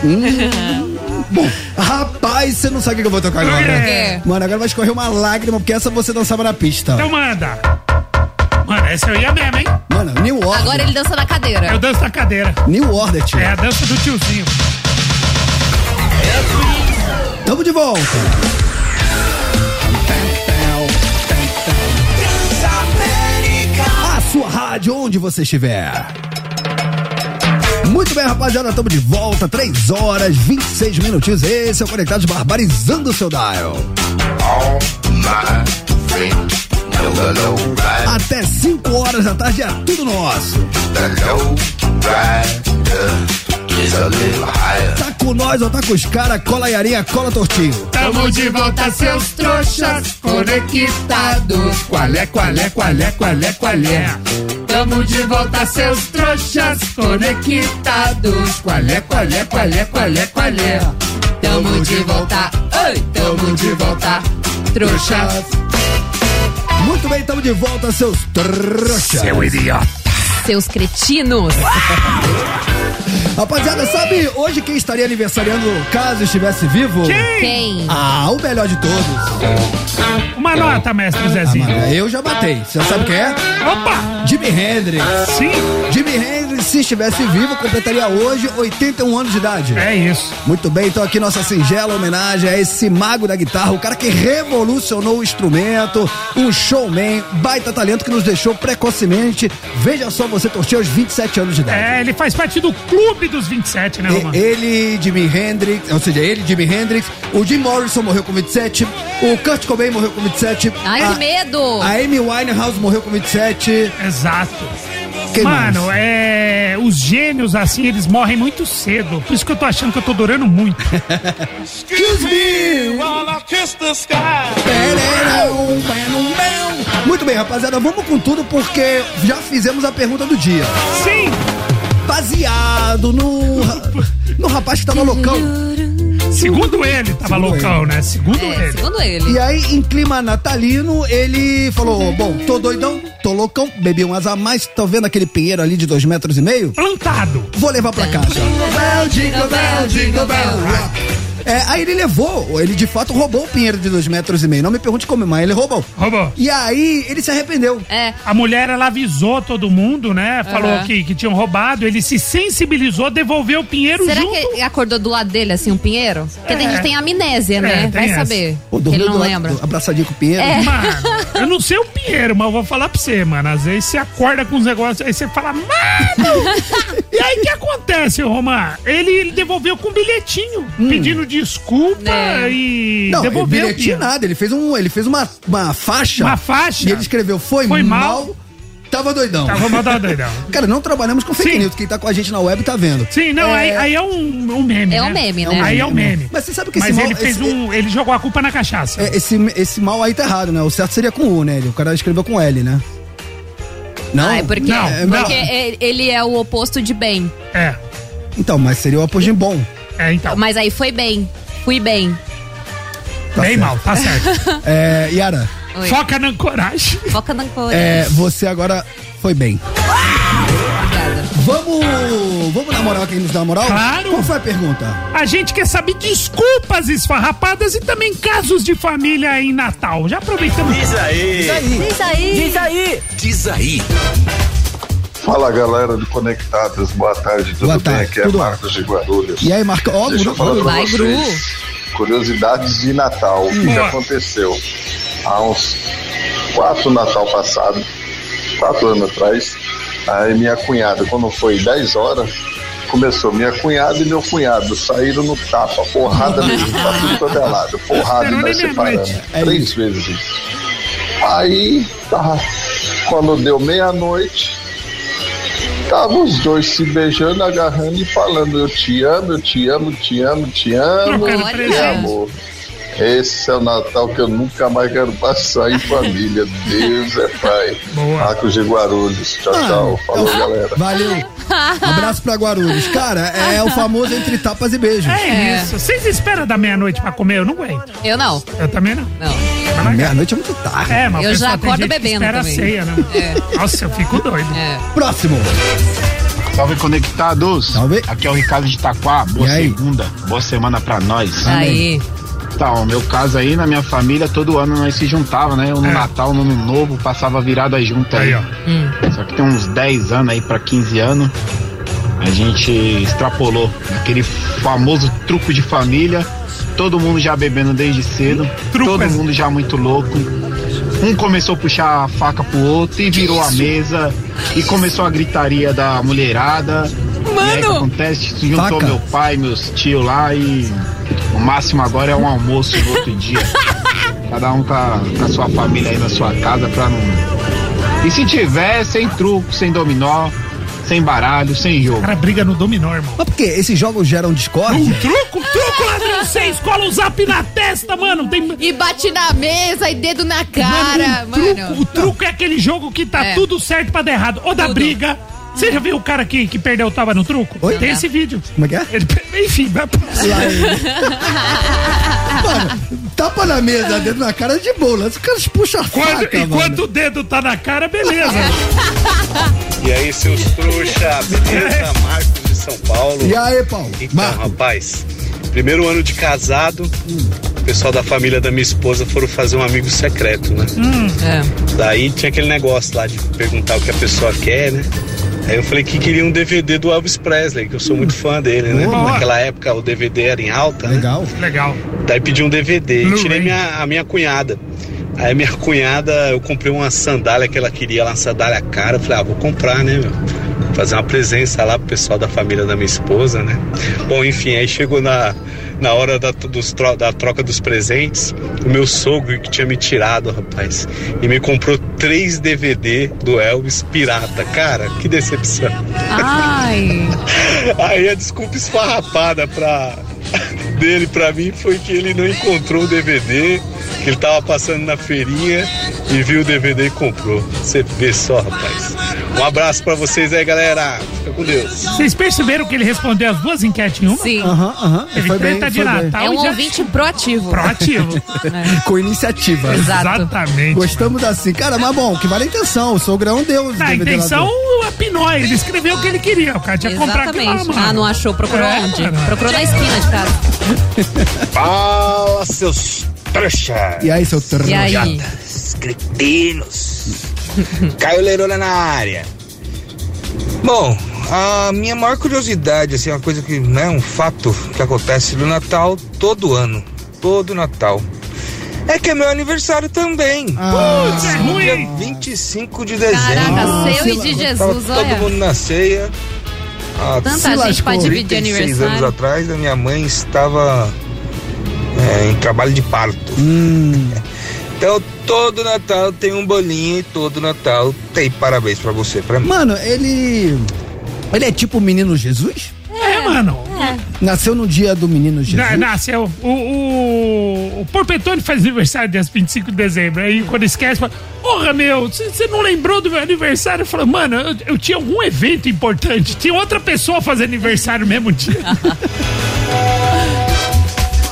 Speaker 1: Bom, rapaz, você não sabe o que eu vou tocar agora.
Speaker 5: É.
Speaker 1: Mano, agora vai escorrer uma lágrima, porque essa você dançava na pista.
Speaker 5: Então manda. Mano, essa eu ia mesmo, hein?
Speaker 1: Mano, New Order.
Speaker 4: Agora ele dança na
Speaker 5: Eu
Speaker 4: cadeira.
Speaker 5: danço na cadeira.
Speaker 1: New Order, tio.
Speaker 5: É a dança do tiozinho.
Speaker 1: Tamo de volta. A sua rádio, onde você estiver. Muito bem, rapaziada, estamos de volta. 3 horas, 26 minutinhos. Esse é o Conectados Barbarizando o seu dial. Até 5 horas da tarde é tudo nosso. Tá com nós ou tá com os caras, cola a Yarinha, cola tortinho.
Speaker 5: Tamo de volta, seus trouxas, conectados. Qual é, qual é, qual é, qual é, qual é? Tamo de volta, seus trouxas, conectados. Qual é, qual é, qual é, qual é, qual é?
Speaker 4: Tamo de volta. Oi, tamo de volta. Trouxa.
Speaker 1: Muito bem, estamos de volta, seus trouxas.
Speaker 3: Seu idiota.
Speaker 4: Seus cretinos.
Speaker 1: Ah, Rapaziada, sabe hoje quem estaria aniversariando caso estivesse vivo?
Speaker 4: Quem?
Speaker 1: Ah, o melhor de todos.
Speaker 5: Uma nota, mestre
Speaker 1: Ah,
Speaker 5: Zezinho.
Speaker 1: mano, eu já batei. Você sabe quem é?
Speaker 5: Opa!
Speaker 1: Jimi Hendrix.
Speaker 5: Sim,
Speaker 1: Jimi Hendrix, se estivesse vivo, completaria hoje 81 anos de idade.
Speaker 5: é isso.
Speaker 1: Muito bem, então aqui nossa singela homenagem a esse mago da guitarra, o cara que revolucionou o instrumento, um showman, baita talento que nos deixou precocemente. Veja só você torcer aos 27 anos de idade.
Speaker 5: É, ele faz parte do clube dos 27, né, Romano?
Speaker 1: E- Ele, Jimi Hendrix, ou seja, ele, Jimi Hendrix, o Jim Morrison morreu com 27, o Kurt Cobain morreu com 27.
Speaker 4: Ai,
Speaker 1: a,
Speaker 4: que medo.
Speaker 1: A Amy Winehouse morreu com 27.
Speaker 5: Exato.
Speaker 1: Quem
Speaker 5: Mano,
Speaker 1: mais?
Speaker 5: é. Os gênios, assim, eles morrem muito cedo. Por isso que eu tô achando que eu tô durando muito.
Speaker 1: Excuse me! Muito bem, rapaziada, vamos com tudo porque já fizemos a pergunta do dia.
Speaker 5: Sim!
Speaker 1: Baseado no, ra- no rapaz que tava loucão.
Speaker 5: Segundo ele, tava
Speaker 1: Segundo
Speaker 5: loucão, né? Segundo
Speaker 4: É,
Speaker 5: ele.
Speaker 4: segundo
Speaker 1: E
Speaker 4: ele.
Speaker 1: aí, em clima natalino, ele falou: Bom, tô doidão, tô loucão, bebi um asa a mais, tô vendo aquele pinheiro ali de dois metros e meio.
Speaker 5: Plantado.
Speaker 1: Vou levar pra casa. É, aí ele levou, ele de fato roubou o pinheiro de dois metros e meio. Não me pergunte como, mas ele roubou.
Speaker 5: Roubou.
Speaker 1: E aí ele se arrependeu.
Speaker 6: É.
Speaker 5: A mulher, ela avisou todo mundo, né? Falou
Speaker 6: Aham.
Speaker 5: que, que tinham roubado. Ele se sensibilizou, devolveu o Pinheiro
Speaker 6: Será
Speaker 5: um junto.
Speaker 6: que ele acordou do lado dele, assim, um pinheiro? Porque tem
Speaker 5: É.
Speaker 6: gente que tem amnésia,
Speaker 5: É,
Speaker 6: né?
Speaker 5: tem
Speaker 6: Vai
Speaker 5: essa.
Speaker 6: saber.
Speaker 1: Pô,
Speaker 6: que ele
Speaker 1: dormiu
Speaker 6: não
Speaker 1: do lado-
Speaker 6: lembra.
Speaker 1: do- abraçadinho com o pinheiro.
Speaker 6: É.
Speaker 5: Mano, eu não sei o Pinheiro, mas eu vou falar pra você, mano. Às vezes você acorda com uns negócios, aí você fala, mano! e aí o que acontece, Romar? Ele, ele devolveu com um bilhetinho, pedindo desculpa
Speaker 6: É.
Speaker 5: e
Speaker 1: Hum. Não, ele
Speaker 5: devolveu. o
Speaker 1: bilhetinho
Speaker 5: Pinheiro.
Speaker 1: nada. Ele fez, um, ele fez uma, uma faixa.
Speaker 5: Uma faixa?
Speaker 1: E ele escreveu, foi,
Speaker 5: Foi
Speaker 1: mal,
Speaker 5: mal.
Speaker 1: tava doidão.
Speaker 5: Tá, vou mandar doidão.
Speaker 1: Cara, não trabalhamos com fake
Speaker 5: Sim.
Speaker 1: news. Quem tá com a gente na web tá vendo.
Speaker 5: Sim, não, aí, aí é um, um meme.
Speaker 6: É um
Speaker 5: né?
Speaker 6: meme, né?
Speaker 5: Aí é um meme.
Speaker 1: Mas você sabe que esse
Speaker 5: Mas
Speaker 1: mal-
Speaker 5: ele fez
Speaker 1: esse-
Speaker 5: um. Ele jogou a culpa na cachaça.
Speaker 1: É, Esse, esse mal aí tá errado, né? O certo seria com U, né? O cara escreveu com L, né? Não?
Speaker 6: Ah, é porque,
Speaker 5: Não,
Speaker 6: porque ele- ele é o oposto de bem.
Speaker 5: É.
Speaker 1: Então, mas seria o apogim bom.
Speaker 5: É, então.
Speaker 6: Mas aí foi bem. Fui bem.
Speaker 1: Tá
Speaker 5: Bem
Speaker 1: certo.
Speaker 5: mal, tá certo.
Speaker 1: É, Yara,
Speaker 6: Oi.
Speaker 5: Foca na coragem.
Speaker 6: Foca na cor.
Speaker 1: é, você agora foi bem.
Speaker 6: Obrigada.
Speaker 1: Vamos, vamos na moral quem nos dá a moral?
Speaker 5: Claro.
Speaker 1: Qual foi a pergunta?
Speaker 5: A gente quer saber desculpas esfarrapadas e também casos de família em Natal. Já aproveitamos.
Speaker 6: Isso aí.
Speaker 3: É,
Speaker 2: Diz aí.
Speaker 8: Fala galera do Conectados, boa tarde, tudo
Speaker 1: Boa
Speaker 8: bem?
Speaker 1: tarde,
Speaker 8: Aqui é
Speaker 1: tudo
Speaker 8: Marcos de Guarulhos.
Speaker 1: E aí, marca. Ó,
Speaker 8: Deixa eu falar pra
Speaker 1: grupo.
Speaker 6: Vai, Gru.
Speaker 8: vocês. Curiosidades de Natal. O que
Speaker 1: Hum.
Speaker 5: Boa.
Speaker 8: aconteceu? Há uns quatro Natal passado, quatro anos atrás, aí minha cunhada, quando foi 10 horas, começou. Minha cunhada e meu cunhado saíram no tapa, porrada mesmo, pra tudo quanto é lado. Porrada e
Speaker 5: Esperou
Speaker 8: nós
Speaker 5: nem
Speaker 8: separando.
Speaker 5: meia-noite.
Speaker 1: É
Speaker 8: Três vezes isso. Aí, tava, quando deu meia-noite, Tava os dois se beijando, agarrando e falando: Eu te amo, eu te amo, te amo, te amo.
Speaker 5: Trocando
Speaker 6: Olha.
Speaker 8: Te
Speaker 5: presente.
Speaker 8: amo. Esse é o Natal que eu nunca mais quero passar em família. Deus é pai.
Speaker 5: Boa.
Speaker 8: Marcos de Guarulhos. Tchau,
Speaker 1: Ah,
Speaker 8: tchau. Falou, Então,
Speaker 1: então,
Speaker 8: galera.
Speaker 1: é Valeu. Abraço pra Guarulhos. Cara, é o famoso entre tapas e beijos.
Speaker 5: É
Speaker 6: É.
Speaker 5: isso. Vocês esperam da meia-noite pra comer? Eu não aguento.
Speaker 6: Eu não.
Speaker 5: Eu também não.
Speaker 6: Não.
Speaker 5: Tá
Speaker 1: Meia-noite é muito tarde.
Speaker 5: É, mas o
Speaker 6: Eu
Speaker 5: pessoal
Speaker 6: já
Speaker 5: tem
Speaker 6: acordo
Speaker 5: gente que
Speaker 6: bebendo
Speaker 5: Espera
Speaker 6: também. É.
Speaker 5: a ceia, né? Nossa, eu fico doido.
Speaker 1: Próximo.
Speaker 9: Salve conectados!
Speaker 1: Salve.
Speaker 9: Aqui é o Ricardo de Itaquá. Boa
Speaker 1: E aí?
Speaker 9: segunda, boa semana pra nós.
Speaker 6: Aí.
Speaker 9: Então, meu caso aí, na minha família, todo ano nós se juntava, né? Um no
Speaker 5: É.
Speaker 9: Natal, um no Ano Novo, passava virada junto
Speaker 5: Aí,
Speaker 9: aí.
Speaker 5: ó.
Speaker 9: Só que tem uns 10 anos aí pra 15 anos, a gente extrapolou aquele famoso truco de família. Todo mundo já bebendo desde cedo,
Speaker 5: Truco,
Speaker 9: todo
Speaker 5: é.
Speaker 9: mundo já muito louco. Um começou a puxar a faca pro outro e virou a mesa e começou a gritaria da mulherada. né, E aí o que
Speaker 6: Mano!
Speaker 9: acontece? Se Juntou
Speaker 1: Faca.
Speaker 9: meu pai, meus tios lá e o máximo agora é um almoço no outro dia. Cada um com a, com a sua família aí na sua casa pra não. E se tiver, sem truco, sem dominó, sem baralho, sem
Speaker 5: O
Speaker 9: jogo.
Speaker 5: cara briga no dominó, irmão.
Speaker 1: Mas por quê? Esses jogos geram discórdia?
Speaker 5: Um truco, um truco, ladrão. Vocês colam o zap na testa, mano. Tem...
Speaker 6: E bate na mesa e dedo na cara,
Speaker 5: Mano, um truco-
Speaker 6: mano.
Speaker 5: O truco é aquele jogo que tá
Speaker 6: É.
Speaker 5: tudo certo pra dar errado. Ou da
Speaker 6: Tudo.
Speaker 5: briga. Você já viu o cara que, que perdeu tava no truco?
Speaker 1: Oi?
Speaker 5: Tem esse vídeo.
Speaker 1: Como é que é?
Speaker 5: Ele, per- enfim, vai pra-
Speaker 1: Lá ele. Mano, tapa na mesa, dedo na cara de bola. Os caras puxam a
Speaker 5: Quando,
Speaker 1: faca,
Speaker 5: enquanto
Speaker 1: mano.
Speaker 5: o dedo tá na cara, beleza.
Speaker 10: E aí, seus trouxa, beleza? Marcos de São Paulo.
Speaker 1: E aí, Paulo?
Speaker 10: Então,
Speaker 1: Marco.
Speaker 10: rapaz, primeiro ano de casado, o pessoal da família da minha esposa foram fazer um amigo secreto, né?
Speaker 6: É.
Speaker 10: Daí tinha aquele negócio lá de perguntar o que a pessoa quer, né? Aí eu falei que queria um DVD do Elvis Presley, que eu sou muito fã dele, né?
Speaker 5: Boa.
Speaker 10: Naquela época o DVD era em alta, né?
Speaker 1: Legal.
Speaker 5: Legal.
Speaker 10: Daí pedi um DVD e
Speaker 5: Blu-ray.
Speaker 10: tirei minha, a minha cunhada. Aí minha cunhada, eu comprei uma sandália que ela queria, lá, uma sandália cara. Eu falei, ah, vou comprar, né, meu? Fazer uma presença lá pro pessoal da família da minha esposa, né? Bom, enfim, aí chegou na, na hora da, dos tro- da troca dos presentes, o meu sogro que tinha me tirado, rapaz, e me comprou três DVD do Elvis Pirata. Cara, que decepção.
Speaker 6: Ai.
Speaker 10: Aí a desculpa esfarrapada pra, dele pra mim foi que ele não encontrou o DVD, que ele tava passando na feirinha e viu o DVD e comprou. Você vê só, rapaz. Um abraço pra vocês aí, galera. Fica com Deus.
Speaker 5: Vocês perceberam que ele respondeu as duas enquetes em uma?
Speaker 6: Sim.
Speaker 1: Aham, aham.
Speaker 5: Teve
Speaker 1: Foi bem,
Speaker 5: treta de
Speaker 1: foi
Speaker 5: Natal
Speaker 6: É um
Speaker 5: e já-
Speaker 6: ouvinte proativo.
Speaker 5: proativo.
Speaker 1: Com iniciativa.
Speaker 6: Exato.
Speaker 5: Exatamente.
Speaker 1: Gostamos assim. Cara, mas bom, que vale a intenção. O é um sogrão deu. os
Speaker 5: Na
Speaker 1: DVD lá
Speaker 5: Ah, intenção,
Speaker 1: dentro.
Speaker 5: a Pinói. Ele escreveu o que ele queria. O cara tinha que comprar aquilo lá,
Speaker 6: Exatamente.
Speaker 5: mano.
Speaker 6: Ah, não achou? Procurou
Speaker 5: É,
Speaker 6: onde?
Speaker 5: mano.
Speaker 6: Procurou na esquina de casa.
Speaker 10: Fala, seus trouxas.
Speaker 1: E aí, seu tr...
Speaker 6: E aí?
Speaker 10: cretinos. Caio Lerona na área. Bom, a minha maior curiosidade, assim, uma coisa que não é um fato que acontece no Natal todo ano, todo Natal, é que é meu aniversário também.
Speaker 1: Ah.
Speaker 5: Putz, é
Speaker 10: Dia
Speaker 5: ruim.
Speaker 10: 25 de dezembro.
Speaker 6: Caraca, Tá seu
Speaker 1: se
Speaker 6: e de
Speaker 1: lá-
Speaker 10: Tava
Speaker 6: Jesus,
Speaker 10: todo
Speaker 6: olha.
Speaker 10: mundo na ceia. Ah, Há
Speaker 6: Tanta
Speaker 1: se
Speaker 6: gente
Speaker 1: lascou.
Speaker 6: pra dividir
Speaker 10: 36 anos
Speaker 6: aniversário.
Speaker 10: atrás, a minha mãe estava é, em trabalho de parto. Então, todo Natal tem um bolinho e todo Natal tem parabéns pra você, pra mim.
Speaker 1: Mano, é- ele. Ele é tipo o menino Jesus?
Speaker 5: É, mano.
Speaker 1: Nasceu no dia do menino Jesus.
Speaker 5: Na- Nasceu. O, o, o Porpetone faz aniversário dia 25 de dezembro. Aí quando esquece, fala: Porra, meu, você não lembrou do meu aniversário? Eu falo, mano, eu, eu tinha algum evento importante. Tinha outra pessoa fazendo aniversário no mesmo dia.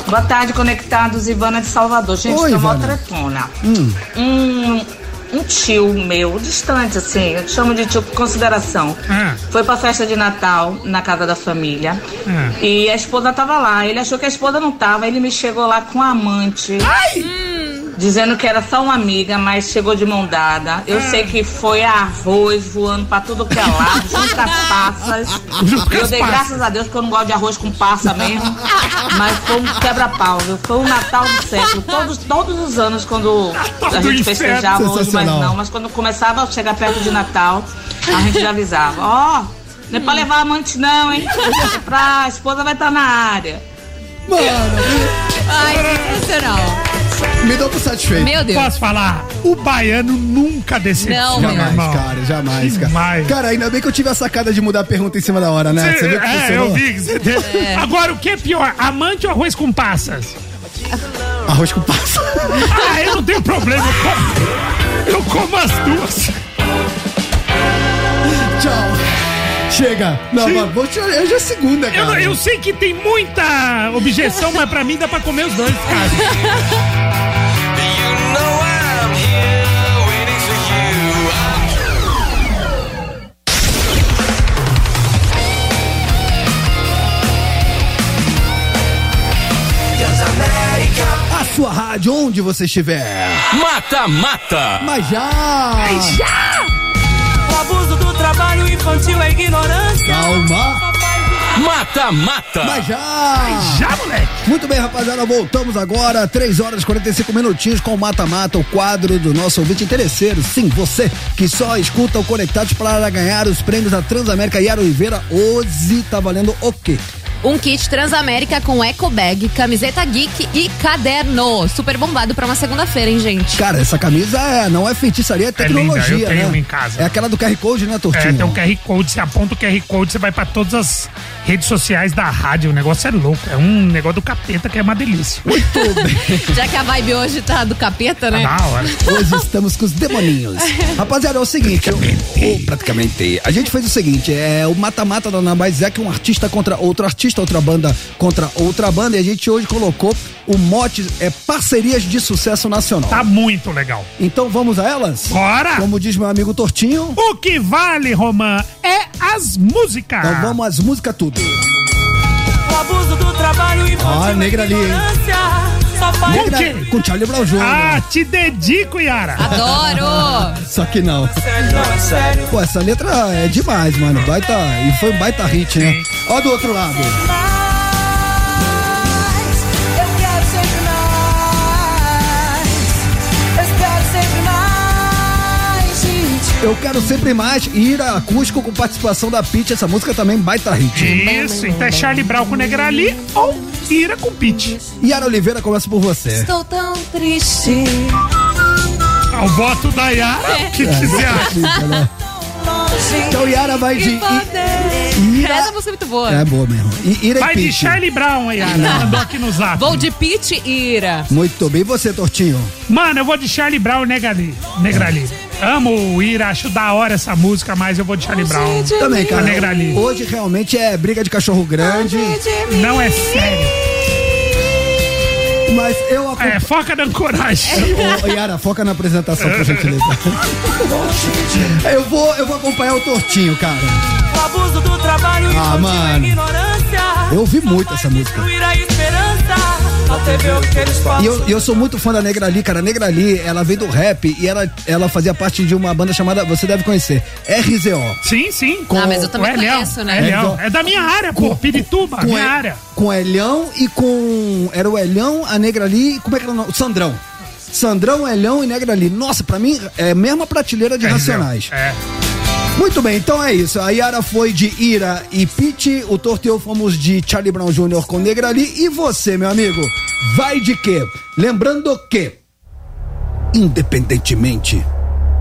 Speaker 11: Boa tarde, conectados. Ivana de Salvador. Gente,
Speaker 1: Oi,
Speaker 11: tem uma
Speaker 1: Ivana.
Speaker 11: tretona.
Speaker 2: Hum.
Speaker 11: Um, um tio meu, distante assim, eu chamo de tio por consideração.
Speaker 5: Ah.
Speaker 11: Foi pra festa de Natal na casa da família.
Speaker 5: Ah.
Speaker 11: E a esposa tava lá. Ele achou que a esposa não tava. Ele me chegou lá com a amante. Dizendo que era só uma amiga, mas chegou de mão dada.
Speaker 5: Ah.
Speaker 11: Eu sei que foi arroz voando pra tudo que é lado, junto com as passas.
Speaker 5: Junto com
Speaker 11: Eu
Speaker 5: as
Speaker 11: dei
Speaker 5: passas.
Speaker 11: graças a Deus que eu não gosto de arroz com passa mesmo. Mas foi um quebra-pau, viu? Foi um Natal do século. Todos, todos os anos, quando
Speaker 5: Natal
Speaker 11: a
Speaker 5: do
Speaker 11: gente
Speaker 5: inferno.
Speaker 11: festejava, hoje mais
Speaker 1: Sensacional.
Speaker 11: não. Mas quando começava a chegar perto de Natal, a gente já avisava: Ó, não é pra levar amante, não, hein? É pra, a esposa vai estar na área.
Speaker 1: Mano,
Speaker 6: Ai, sensacional.
Speaker 1: me, me deu por satisfeito.
Speaker 6: Meu Deus.
Speaker 5: Posso falar? O baiano nunca decepciona,
Speaker 6: Não, meu
Speaker 1: Jamais,
Speaker 5: irmão.
Speaker 1: cara, jamais, cara.
Speaker 5: Demais.
Speaker 1: Cara, ainda bem que eu tive a sacada de mudar a pergunta em cima da hora, né? Você viu que
Speaker 5: é,
Speaker 1: funcionou?
Speaker 5: eu vi. que você deu. Agora, o que é pior? Amante ou arroz com passas?
Speaker 1: Arroz com passa.
Speaker 5: Ah, eu não tenho problema. Eu como, eu como as duas.
Speaker 1: Tchau. Chega. Não, mano, vou te... hoje é segunda, cara.
Speaker 5: Eu, não- eu sei que tem muita objeção, mas pra mim dá pra comer os dois, cara. É
Speaker 1: A sua rádio, onde você estiver.
Speaker 2: Mata, mata.
Speaker 1: Mas já.
Speaker 7: O abuso do trabalho infantil é ignorância.
Speaker 1: Calma.
Speaker 2: Mata, mata.
Speaker 1: Mas já.
Speaker 5: Já, moleque.
Speaker 1: Muito bem, rapaziada, voltamos agora, 3 horas e 45 minutinhos com o Mata Mata, o quadro do nosso ouvinte interesseiro. Sim, você que só escuta o Conectados para ganhar os prêmios da Transamérica Yara Oliveira, hoje tá valendo o quê?
Speaker 6: Um kit Transamérica com eco bag, camiseta geek e caderno. Super bombado pra uma segunda-feira, hein, gente?
Speaker 1: Cara, essa camisa é- não é feitiçaria, é tecnologia,
Speaker 5: linda, eu tenho um
Speaker 1: né?
Speaker 5: uma em casa.
Speaker 1: É aquela do QR Code, né, Tortinho?
Speaker 5: É, tem um QR Code, você aponta o QR Code, você vai pra todas as redes sociais da rádio. O negócio é louco. É um negócio do capeta que é uma delícia.
Speaker 6: Já que a vibe hoje tá do capeta, né?
Speaker 5: Tá da hora.
Speaker 1: Hoje estamos com os demoninhos. Rapaziada, é o seguinte.
Speaker 5: um
Speaker 1: o- o- praticamente. A gente fez o seguinte: é o mata-mata da Nabazek, um artista contra outro artista, outra banda contra outra banda. E a gente hoje colocou o mote é parcerias de sucesso nacional.
Speaker 5: Tá muito legal.
Speaker 1: Então vamos a elas?
Speaker 5: Bora!
Speaker 1: Como diz meu amigo Tortinho.
Speaker 5: O que vale, Roman, é as músicas.
Speaker 1: Então vamos às músicas tudo.
Speaker 7: O abuso do trabalho infantil
Speaker 1: Ó, a negra
Speaker 7: é
Speaker 1: ali, hein?
Speaker 7: ignorância. Só faz
Speaker 5: Com
Speaker 1: Negra-
Speaker 5: quem?
Speaker 1: Com Charlie Brown Jr.
Speaker 5: Ah, te dedico, Yara.
Speaker 6: Adoro!
Speaker 1: Só que não.
Speaker 7: sério, não é sério.
Speaker 1: Pô, essa letra é demais, mano. Baita, e foi um baita hit, né? Ó do outro lado.
Speaker 12: mais. Eu quero sempre mais. Eu quero sempre mais, gente.
Speaker 1: Eu quero sempre mais ir a acústico com participação da Pitty. Essa música também é baita hit.
Speaker 5: Isso, então é Charlie Brown com Negrali ou Ira com Pete.
Speaker 1: Yara Oliveira, começa por você.
Speaker 12: Estou tão triste,
Speaker 5: Ao Tá, voto da Yara,
Speaker 6: É.
Speaker 5: o que quiser.
Speaker 12: longe
Speaker 1: É. Então Yara vai de
Speaker 12: de
Speaker 1: I-
Speaker 12: poder.
Speaker 6: Essa
Speaker 1: Ira.
Speaker 6: música é muito boa.
Speaker 1: É boa mesmo. I- Ira
Speaker 5: Vai
Speaker 1: e
Speaker 5: de
Speaker 1: Pitty.
Speaker 5: Charlie Brown, Yara. Mandou aqui no zap.
Speaker 6: Vou de Pete e Ira.
Speaker 1: Muito bem. E você, Tortinho?
Speaker 5: né, Mano, eu vou de Charlie Brown e Negrali. Negrali. Amo o Ira, acho da hora essa música, mas eu vou de Charlie Brown.
Speaker 1: Também, cara.
Speaker 5: A Negra Lee.
Speaker 1: Hoje realmente é briga de cachorro grande.
Speaker 5: Não é sério.
Speaker 1: Mas eu
Speaker 5: É, foca na coragem.
Speaker 1: Ô, Yara, foca na apresentação, por gentileza. Eu vou, eu vou acompanhar o Tortinho, cara.
Speaker 12: O abuso do trabalho
Speaker 1: Ah,
Speaker 12: infantil
Speaker 1: mano.
Speaker 12: é ignorância.
Speaker 1: Eu ouvi muito essa música.
Speaker 12: Destruir a esperança. Ao TV o que eles falam.
Speaker 1: E eu, e eu sou muito fã da Negra Lee, cara. A Negra Lee, ela veio do rap e ela, ela fazia parte de uma banda chamada, você deve conhecer, RZO.
Speaker 5: Sim, sim.
Speaker 1: Com-
Speaker 6: ah, mas eu também
Speaker 1: Ué, Léo.
Speaker 6: conheço, né?
Speaker 1: É, Léo.
Speaker 5: É da minha área, pô. Pirituba, minha
Speaker 1: El-
Speaker 5: área.
Speaker 1: Com Elhão e com... Era o Elhão, a Negra Lee e como é que era o nome? Sandrão. Sandrão, Elhão e Negra Lee. Nossa, pra mim, é a mesma prateleira de Racionais.
Speaker 5: É.
Speaker 1: Muito bem, então é isso. A Yara foi de Ira e Pete, o Torteu fomos de Charlie Brown Jr. com Negra Lee e você, meu amigo, vai de quê? Lembrando que, independentemente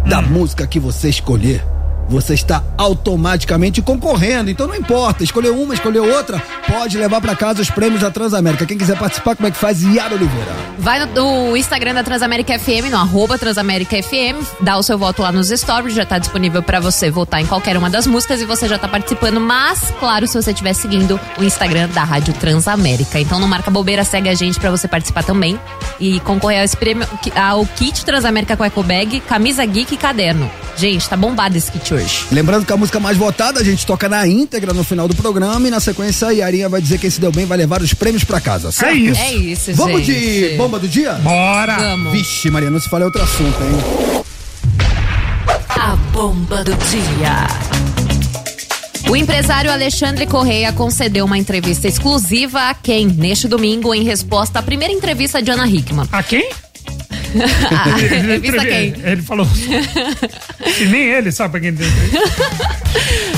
Speaker 1: da música que você escolher, você está automaticamente concorrendo, então não importa, escolher uma, escolher outra, pode levar pra casa os prêmios da Transamérica. Quem quiser participar, como é que faz? Yara Oliveira.
Speaker 6: Vai no, no Instagram da Transamérica FM, no arroba Transamérica FM, dá o seu voto lá nos stories, já tá disponível pra você votar em qualquer uma das músicas e você já tá participando, mas, claro, se você estiver seguindo o Instagram da Rádio Transamérica. Então não marca bobeira, segue a gente pra você participar também e concorrer ao, esse prêmio, ao kit Transamérica com Eco Bag, camisa geek e caderno. Gente, tá bombado esse kit hoje.
Speaker 1: Lembrando que a música mais votada a gente toca na íntegra no final do programa e na sequência a Yarinha vai dizer quem se deu bem vai levar os prêmios pra casa, certo?
Speaker 5: isso.
Speaker 6: É isso,
Speaker 1: Vamos
Speaker 6: gente.
Speaker 1: de bomba do dia?
Speaker 5: Bora!
Speaker 6: Vamos.
Speaker 1: Vixe, Maria, não se fala é outro assunto, hein?
Speaker 6: A bomba do dia. O empresário Alexandre Correia concedeu uma entrevista exclusiva a quem neste domingo em resposta à primeira entrevista de Ana Hickman.
Speaker 5: A quem?
Speaker 6: a entrevista a quem?
Speaker 5: Ele falou. e nem ele sabe pra quem tem entrevista.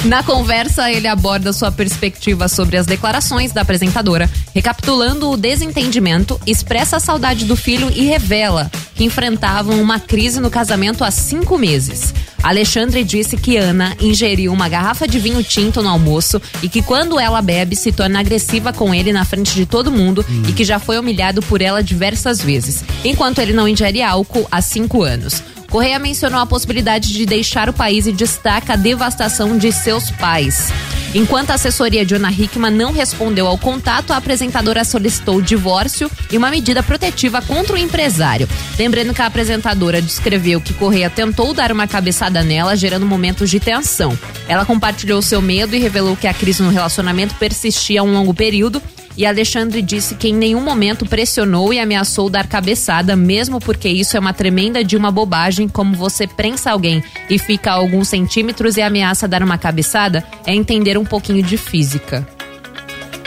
Speaker 6: Na conversa, ele aborda sua perspectiva sobre as declarações da apresentadora, recapitulando o desentendimento, expressa a saudade do filho e revela que enfrentavam uma crise no casamento há cinco meses. Alexandre disse que Ana ingeriu uma garrafa de vinho tinto no almoço e que quando ela bebe se torna agressiva com ele na frente de todo mundo e que já foi humilhado por ela diversas vezes, enquanto ele não ingere álcool há cinco anos. Correia mencionou a possibilidade de deixar o país e destaca a devastação de seus pais. Enquanto a assessoria de Ana Hickman não respondeu ao contato, a apresentadora solicitou o divórcio e uma medida protetiva contra o empresário. Lembrando que a apresentadora descreveu que Correia tentou dar uma cabeçada nela, gerando momentos de tensão. Ela compartilhou seu medo e revelou que a crise no relacionamento persistia há um longo período e Alexandre disse que em nenhum momento pressionou e ameaçou dar cabeçada, mesmo porque isso é uma tremenda de uma bobagem, como você prensa alguém e fica a alguns centímetros e ameaça dar uma cabeçada, é entender um pouquinho de física.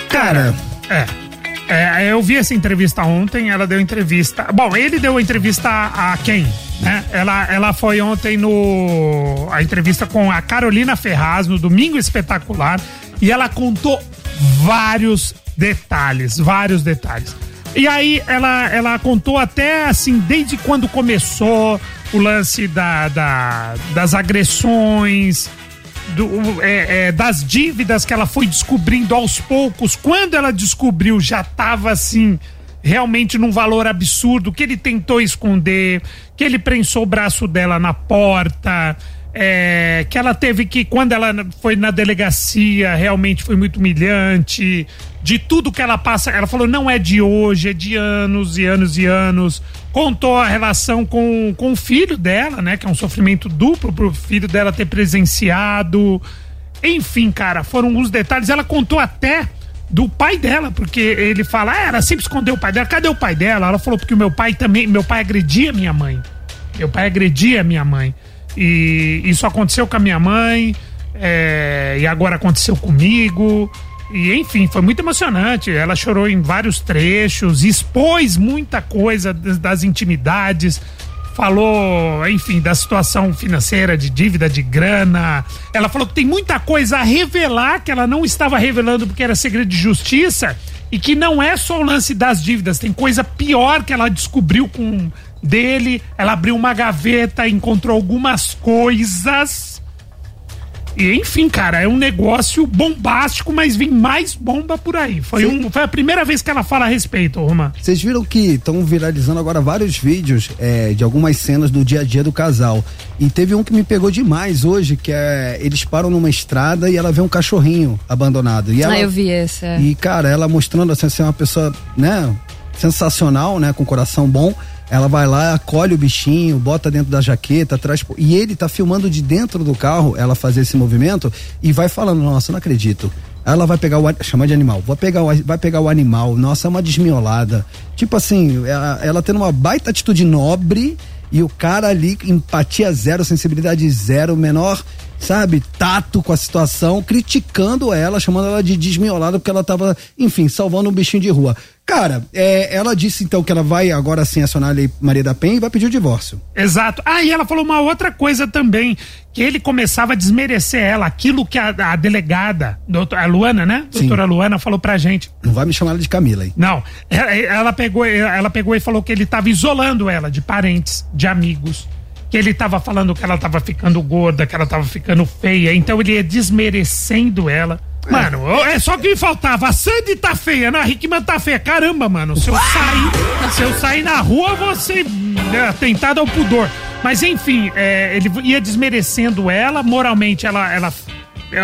Speaker 1: Cara,
Speaker 5: É. É, eu vi essa entrevista ontem, ela deu entrevista. Bom, ele deu entrevista a quem? né? Ela, ela foi ontem no. A entrevista com a Carolina Ferraz, no Domingo Espetacular, e ela contou vários detalhes, vários detalhes. E aí ela, ela contou até assim, desde quando começou o lance da, da- das agressões, do- é, é, das dívidas que ela foi descobrindo aos poucos. Quando ela descobriu, já estava assim, realmente num valor absurdo, que ele tentou esconder, que ele prensou o braço dela na porta. é, que ela teve que, quando ela foi na delegacia, realmente foi muito humilhante. De tudo que ela passa, ela falou: não é de hoje, é de anos e anos e anos. Contou a relação com, com o filho dela, né? Que é um sofrimento duplo pro filho dela ter presenciado. Enfim, cara, foram uns detalhes. Ela contou até do pai dela, porque ele fala: ah, ela sempre escondeu o pai dela. Cadê o pai dela? Ela falou: porque o meu pai também, meu pai agredia minha mãe. Meu pai agredia minha mãe. E isso aconteceu com a minha mãe, é, e agora aconteceu comigo. E enfim, foi muito emocionante. Ela chorou em vários trechos, expôs muita coisa das- das intimidades, falou, enfim, da situação financeira, de dívida, de grana. Ela falou que tem muita coisa a revelar que ela não estava revelando porque era segredo de justiça e que não é só o lance das dívidas, tem coisa pior que ela descobriu com dele. Ela abriu uma gaveta, encontrou algumas coisas E enfim, cara, é um negócio bombástico, mas vem mais bomba por aí. Foi, um, foi a primeira vez que ela fala a respeito, Romã.
Speaker 1: Vocês viram que estão viralizando agora vários vídeos é, de algumas cenas do dia a dia do casal. E teve um que me pegou demais hoje, que é eles param numa estrada e ela vê um cachorrinho abandonado. E ela,
Speaker 4: Ah, eu vi esse. é.
Speaker 1: E, cara, ela mostrando assim, ser uma pessoa, né, sensacional, né, com coração bom. Ela vai lá, acolhe o bichinho, bota dentro da jaqueta, traz. pro- E ele tá filmando de dentro do carro ela fazer esse movimento e vai falando: Nossa, não acredito. Ela vai pegar o. an- Chama de animal. Vai pegar o, a- vai pegar o animal. Nossa, é uma desmiolada. Tipo assim, ela, ela tendo uma baita atitude nobre e o cara ali, empatia zero, sensibilidade zero, menor sabe, tato com a situação, criticando ela, chamando ela de desmiolada porque ela tava, enfim, salvando um bichinho de rua. Cara, é, ela disse então que ela vai agora sim acionar a Lei Maria da Penha e vai pedir o divórcio.
Speaker 5: Exato. Ah, e ela falou uma outra coisa também, que ele começava a desmerecer ela, aquilo que a, a delegada, doutor- a Luana, né? Doutora Luana falou pra gente.
Speaker 1: Não vai me chamar ela de Camila, hein?
Speaker 5: Não, ela, ela pegou, ela pegou e falou que ele tava isolando ela de parentes, de amigos. Que ele tava falando que ela tava ficando gorda, que ela tava ficando feia. Então ele ia desmerecendo ela. Mano, ô, é só que faltava. A Sandy tá feia, né? a Rickman tá feia. Caramba, mano, se eu sair, se eu sair na rua, você atentado ao pudor. Mas enfim, é, ele ia desmerecendo ela, moralmente ela, ela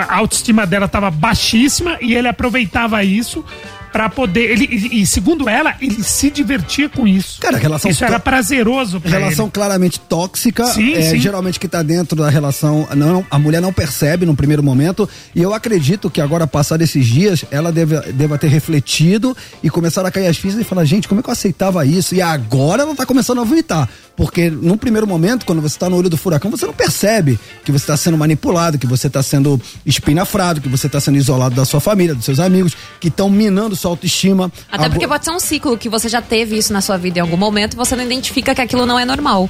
Speaker 5: a autoestima dela tava baixíssima e ele aproveitava isso pra poder ele e, e segundo ela ele se divertia com isso
Speaker 1: Cara, relação
Speaker 5: isso
Speaker 1: to-
Speaker 5: era prazeroso pra
Speaker 1: Relação
Speaker 5: ele.
Speaker 1: claramente tóxica.
Speaker 5: Sim,
Speaker 1: é,
Speaker 5: sim.
Speaker 1: Geralmente que tá dentro da relação, não, a mulher não percebe no primeiro momento. E eu acredito que agora, passado esses dias, ela deve, deva ter refletido e começaram a cair as fichas e falar, gente, como é que eu aceitava isso? E agora ela tá começando a vomitar. Porque no primeiro momento, quando você tá no olho do furacão, você não percebe que você tá sendo manipulado, que você tá sendo espinafrado, que você tá sendo isolado da sua família, dos seus amigos, que estão minando sua autoestima.
Speaker 6: Até
Speaker 1: A
Speaker 6: porque
Speaker 1: vo-
Speaker 6: pode ser um ciclo que você já teve isso na sua vida em algum momento e você não identifica que aquilo não é normal.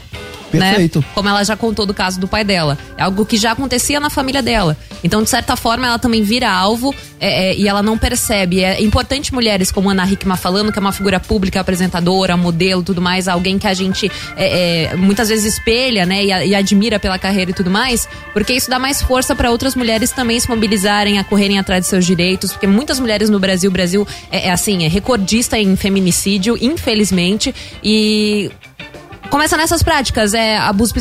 Speaker 1: Perfeito.
Speaker 6: Né? Como ela já contou do caso do pai dela. É algo que já acontecia na família dela. Então, de certa forma, ela também vira alvo é, é, e ela não percebe. É importante mulheres como Ana Hickman falando, que é uma figura pública, apresentadora, modelo tudo mais, alguém que a gente é, é, muitas vezes espelha, né? E, a- e admira pela carreira e tudo mais, porque isso dá mais força para outras mulheres também se mobilizarem, a correrem atrás de seus direitos, porque muitas mulheres no Brasil, o Brasil é, é assim, é recordista em feminicídio, infelizmente, e começa nessas práticas, é abuso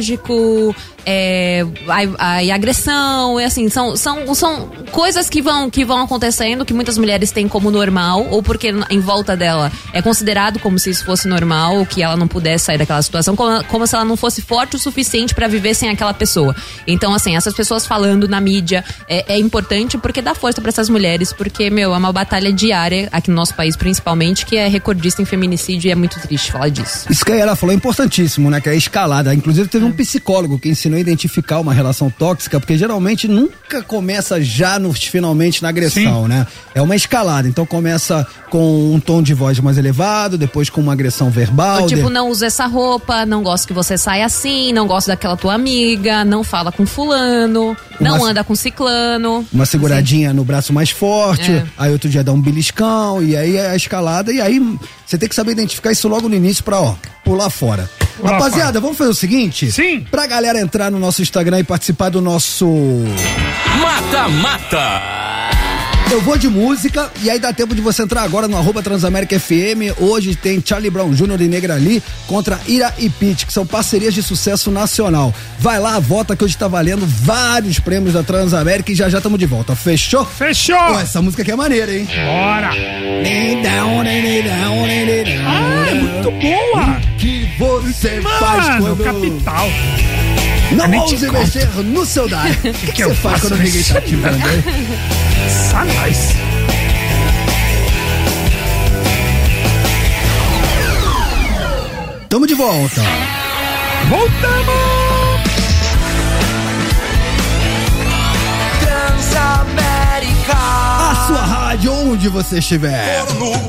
Speaker 6: psicológico, é aí- aí agressão, e assim, são, são, são coisas que vão, que vão acontecendo, que muitas mulheres têm como normal, ou porque n- em volta dela é considerado como se isso fosse normal, ou que ela não pudesse sair daquela situação, como, como se ela não fosse forte o suficiente pra viver sem aquela pessoa. Então, assim, essas pessoas falando na mídia é, é importante porque dá força pra essas mulheres, porque, meu, é uma batalha diária aqui no nosso país, principalmente, que é recordista em feminicídio e é muito triste falar disso.
Speaker 1: Isso que a ela falou é importantíssimo, né? Que é a escalada. Inclusive, teve um psicólogo que ensinou a identificar uma relação tóxica, porque geralmente nunca começa já nos finalmente na agressão, né? É uma escalada. Então começa com um tom de voz mais elevado, depois com uma agressão verbal.
Speaker 6: Ou, tipo,
Speaker 1: de-
Speaker 6: não usa essa roupa, não gosto que você saia assim, não gosto daquela tua amiga, não fala com fulano, não
Speaker 1: Uma-
Speaker 6: anda com ciclano.
Speaker 1: Uma seguradinha no braço mais forte,
Speaker 6: É.
Speaker 1: aí outro dia dá um beliscão, e aí é a escalada, e aí você tem que saber identificar isso logo no início pra, ó, pular fora.
Speaker 5: Pular
Speaker 1: Rapaziada,
Speaker 5: fora.
Speaker 1: vamos fazer o seguinte? Sim. Pra galera entrar no nosso Instagram e participar do nosso.
Speaker 2: Mata Mata.
Speaker 1: Eu vou de música e aí dá tempo de você entrar agora no arroba Transamérica FM. Hoje tem Charlie Brown Jr. e Negra Lee contra Ira e Pete, que são parcerias de sucesso nacional. Vai lá, vota que hoje tá valendo vários prêmios da Transamérica e já já estamos de volta. Fechou?
Speaker 5: Fechou!
Speaker 1: essa música aqui é maneira, hein?
Speaker 5: Bora! Ah, é muito boa!
Speaker 1: Que você faz
Speaker 5: Mano,
Speaker 1: quando...
Speaker 5: capital. Eu
Speaker 1: Não
Speaker 5: nem te
Speaker 1: ouse
Speaker 5: conto.
Speaker 1: mexer no seu dado. O que, que,
Speaker 5: que
Speaker 1: você
Speaker 5: eu
Speaker 1: faz
Speaker 5: faço
Speaker 1: quando ninguém tá
Speaker 5: nesse
Speaker 1: te vendo,
Speaker 5: lugar?
Speaker 1: hein?
Speaker 5: Sanais.
Speaker 1: Tamo de volta.
Speaker 5: Voltamos!
Speaker 12: Transamérica.
Speaker 1: A sua rádio, onde você estiver.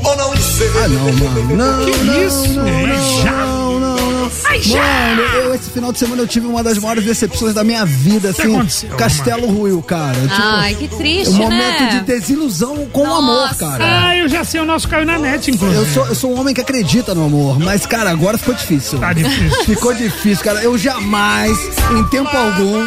Speaker 12: ou não sei.
Speaker 1: Ah, não, mano. Não,
Speaker 12: Que
Speaker 1: não,
Speaker 12: isso?
Speaker 1: Não,
Speaker 12: É
Speaker 1: não,
Speaker 12: já?
Speaker 1: não, não, não.
Speaker 12: Ai, já!
Speaker 1: Mano, eu, esse final de semana eu tive uma das maiores decepções da minha vida,
Speaker 12: que
Speaker 1: assim.
Speaker 12: aconteceu,
Speaker 1: Castelo Ruiu, cara. Tipo,
Speaker 6: Ai, que triste,
Speaker 1: um momento
Speaker 6: né?
Speaker 1: de desilusão com o amor, cara.
Speaker 5: Ah, eu já sei, o nosso caiu na net, inclusive.
Speaker 1: Eu sou, eu sou um homem que acredita no amor, mas, cara, agora ficou difícil.
Speaker 5: Tá difícil.
Speaker 1: ficou difícil, cara. Eu jamais, em tempo algum,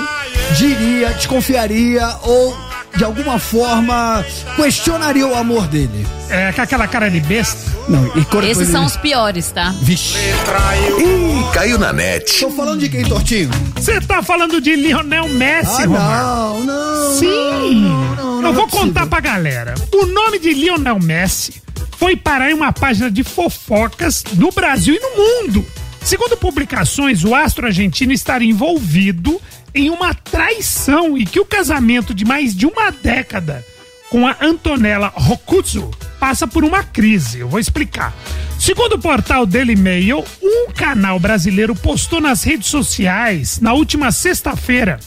Speaker 1: diria, desconfiaria ou de alguma forma questionaria o amor dele?
Speaker 5: É, com aquela cara de besta.
Speaker 1: Não, e quando
Speaker 6: Esses
Speaker 1: quando
Speaker 6: são
Speaker 1: ele-
Speaker 6: os piores, tá?
Speaker 1: Vixe.
Speaker 3: Ih, caiu na net.
Speaker 1: Tô falando de quem, Tortinho?
Speaker 5: Você tá falando de Lionel Messi,
Speaker 1: Ah,
Speaker 5: Romar?
Speaker 1: não, não.
Speaker 5: Sim.
Speaker 1: não
Speaker 5: Eu
Speaker 1: é
Speaker 5: vou
Speaker 1: possível.
Speaker 5: contar pra galera. O nome de Lionel Messi foi parar em uma página de fofocas no Brasil e no mundo. Segundo publicações, o astro argentino estaria envolvido em uma traição e que o casamento de mais de uma década com a Antonella Rocuzzo passa por uma crise. Eu vou explicar. Segundo o portal Daily Mail, um canal brasileiro postou nas redes sociais na última sexta-feira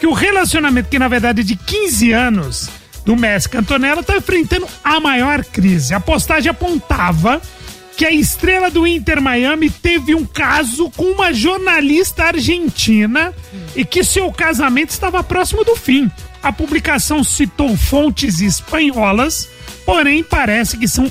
Speaker 5: que o relacionamento, que na verdade é de 15 anos, do Messi com a Antonella, está enfrentando a maior crise. A postagem apontava que a estrela do Inter Miami teve um caso com uma jornalista argentina e que seu casamento estava próximo do fim. A publicação citou fontes espanholas, porém parece que são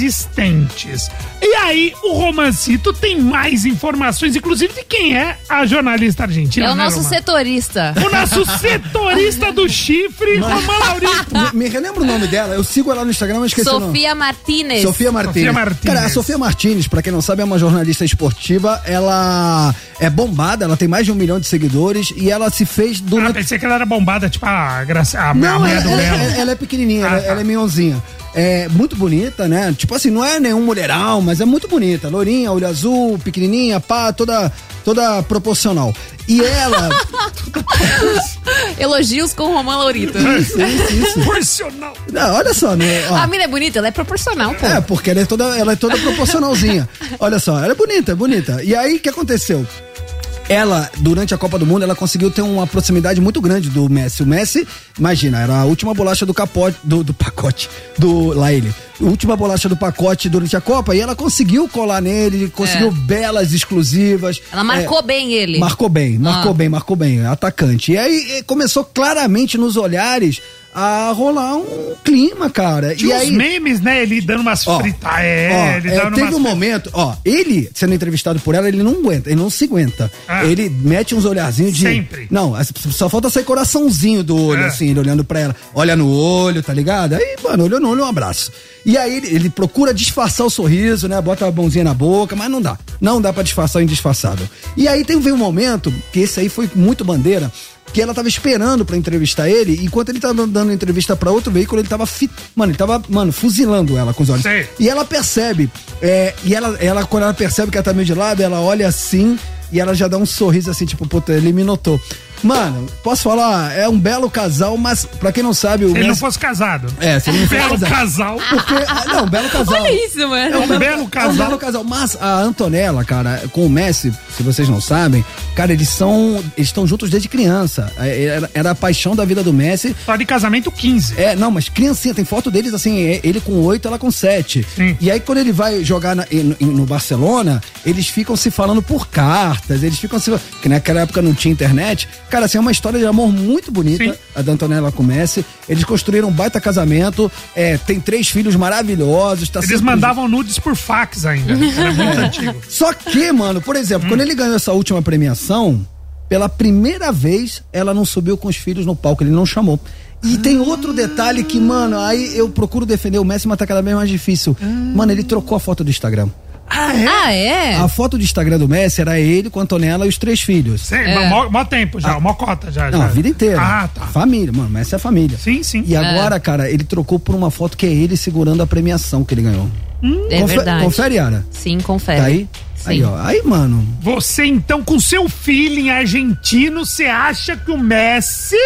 Speaker 5: inexistentes. E aí, o Romancito tem mais informações, inclusive de quem é a jornalista argentina.
Speaker 6: É o
Speaker 5: né,
Speaker 6: nosso
Speaker 5: Roman?
Speaker 6: setorista.
Speaker 5: O nosso setorista do chifre, Romã Laurito.
Speaker 1: Me, me relembra o nome dela, eu sigo ela no Instagram, mas esqueci é o nome.
Speaker 6: Sofia Martinez.
Speaker 1: Sofia Martins.
Speaker 5: Sofia Martínez.
Speaker 1: Cara, a Sofia Martins, pra quem não sabe, é uma jornalista esportiva. Ela é bombada, ela tem mais de um milhão de seguidores e ela se fez
Speaker 5: Ah,
Speaker 1: durante.
Speaker 5: pensei que ela era bombada, tipo a, graça, a, a
Speaker 1: Não,
Speaker 5: mulher
Speaker 1: ela,
Speaker 5: do
Speaker 1: ela-
Speaker 5: Léo.
Speaker 1: ela- ela é pequenininha,
Speaker 5: Ah,
Speaker 1: ela,
Speaker 5: tá.
Speaker 1: ela é minhãozinha. É muito bonita, né? Tipo assim, não é nenhum mulherão, mas é muito bonita. Lourinha, olho azul, pequenininha, pá, toda, toda proporcional. E ela.
Speaker 6: Elogios com o Romã Laurito.
Speaker 1: isso, isso, isso.
Speaker 5: Proporcional.
Speaker 1: Não, olha só, né? Ó.
Speaker 6: A mina é bonita, ela é proporcional, pô.
Speaker 1: É, porque ela é toda, ela é toda proporcionalzinha. Olha só, ela é bonita, é bonita. E aí, o que aconteceu? Ela, durante a Copa do Mundo, ela conseguiu ter uma proximidade muito grande do Messi. O Messi, imagina, era a última bolacha do capote, do, do pacote, do, lá ele. A Última bolacha do pacote durante a Copa e ela conseguiu colar nele, conseguiu
Speaker 6: É.
Speaker 1: belas exclusivas. É,
Speaker 6: Ela marcou bem ele.
Speaker 1: Marcou bem, marcou
Speaker 6: Ah.
Speaker 1: bem, marcou bem. Atacante. E aí eh, começou claramente nos olhares a rolar um clima, cara. e
Speaker 5: Tinha uns
Speaker 1: aí,
Speaker 5: memes, né? Ele dando umas
Speaker 1: Ó,
Speaker 5: fritas. É,
Speaker 1: ó,
Speaker 5: ele
Speaker 1: é,
Speaker 5: dando
Speaker 1: teve
Speaker 5: umas
Speaker 1: um momento, ó, ele sendo entrevistado por ela, ele não aguenta, ele não se aguenta.
Speaker 5: Ah.
Speaker 1: Ele mete uns olharzinhos de.
Speaker 5: Sempre.
Speaker 1: Não, as- só falta sair coraçãozinho do olho,
Speaker 5: É.
Speaker 1: assim, ele olhando pra ela. Olha no olho, tá ligado? Aí, mano, olhou no olho, um abraço. E aí ele, ele procura disfarçar o sorriso, né? Bota a mãozinha na boca, mas não dá. Não dá pra disfarçar o indisfarçável. E aí tem veio um momento, que esse aí foi muito bandeira, que ela tava esperando pra entrevistar ele, e enquanto ele tava dando entrevista pra outro veículo, ele tava fit... Mano, ele tava, mano, fuzilando ela com os olhos.
Speaker 5: Sei.
Speaker 1: E ela percebe. é, e ela, ela, quando ela percebe que ela tá meio de lado, ela olha assim e ela já dá um sorriso assim, tipo, puta, ele me notou. Mano, posso falar, é um belo casal, mas pra quem não sabe, o
Speaker 5: Se ele não
Speaker 1: Messi-
Speaker 5: fosse casado.
Speaker 1: É, se ele não
Speaker 5: Um
Speaker 1: fosse
Speaker 5: belo
Speaker 1: casado.
Speaker 5: casal.
Speaker 1: Porque, ah, não, um belo casal.
Speaker 6: Olha isso, mano.
Speaker 5: É um belo
Speaker 1: É um
Speaker 5: casal.
Speaker 1: belo casal. Mas a Antonella, cara, com o Messi, se vocês não sabem, cara, eles são. Eles estão juntos desde criança. É, Era, era a paixão da vida do Messi.
Speaker 5: Só Tá de casamento 15.
Speaker 1: É, não, mas criancinha, tem foto deles assim, é, ele com oito, ela com sete.
Speaker 5: Sim.
Speaker 1: E aí quando ele vai jogar na- em- em- no Barcelona, eles ficam se falando por cartas, eles ficam se que naquela época não tinha internet. Cara, assim, é uma história de amor muito bonita,
Speaker 5: Sim.
Speaker 1: a da Antonella com o Messi. Eles construíram um baita casamento, é, tem três filhos maravilhosos. Tá
Speaker 5: Eles
Speaker 1: sempre
Speaker 5: mandavam nudes por fax ainda. Era muito antigo.
Speaker 1: só que, mano, por exemplo, quando ele ganhou essa última premiação, pela primeira vez ela não subiu com os filhos no palco, ele não chamou. E tem outro detalhe que, mano, aí eu procuro defender o Messi, mas tá cada vez mais difícil. Mano, ele trocou a foto do Instagram.
Speaker 6: Ah, é?
Speaker 1: A foto do Instagram do Messi era ele com a Antonella e os três filhos.
Speaker 5: Sim,
Speaker 6: É.
Speaker 5: mas Mó, mó tempo já, mó cota já.
Speaker 1: Ah. Não,
Speaker 5: já.
Speaker 1: a vida é inteira.
Speaker 5: Ah, tá.
Speaker 1: Família, mano, Messi é a família.
Speaker 5: Sim, sim.
Speaker 1: E
Speaker 6: É.
Speaker 1: agora, cara, ele trocou por uma foto que é ele segurando a premiação que ele ganhou.
Speaker 6: É
Speaker 1: Confe-
Speaker 6: verdade.
Speaker 1: Confere, Yara.
Speaker 6: Sim, confere.
Speaker 1: Tá aí?
Speaker 6: Sim.
Speaker 1: Aí, ó. Aí, mano.
Speaker 5: Você então, com seu feeling argentino, você acha que o Messi.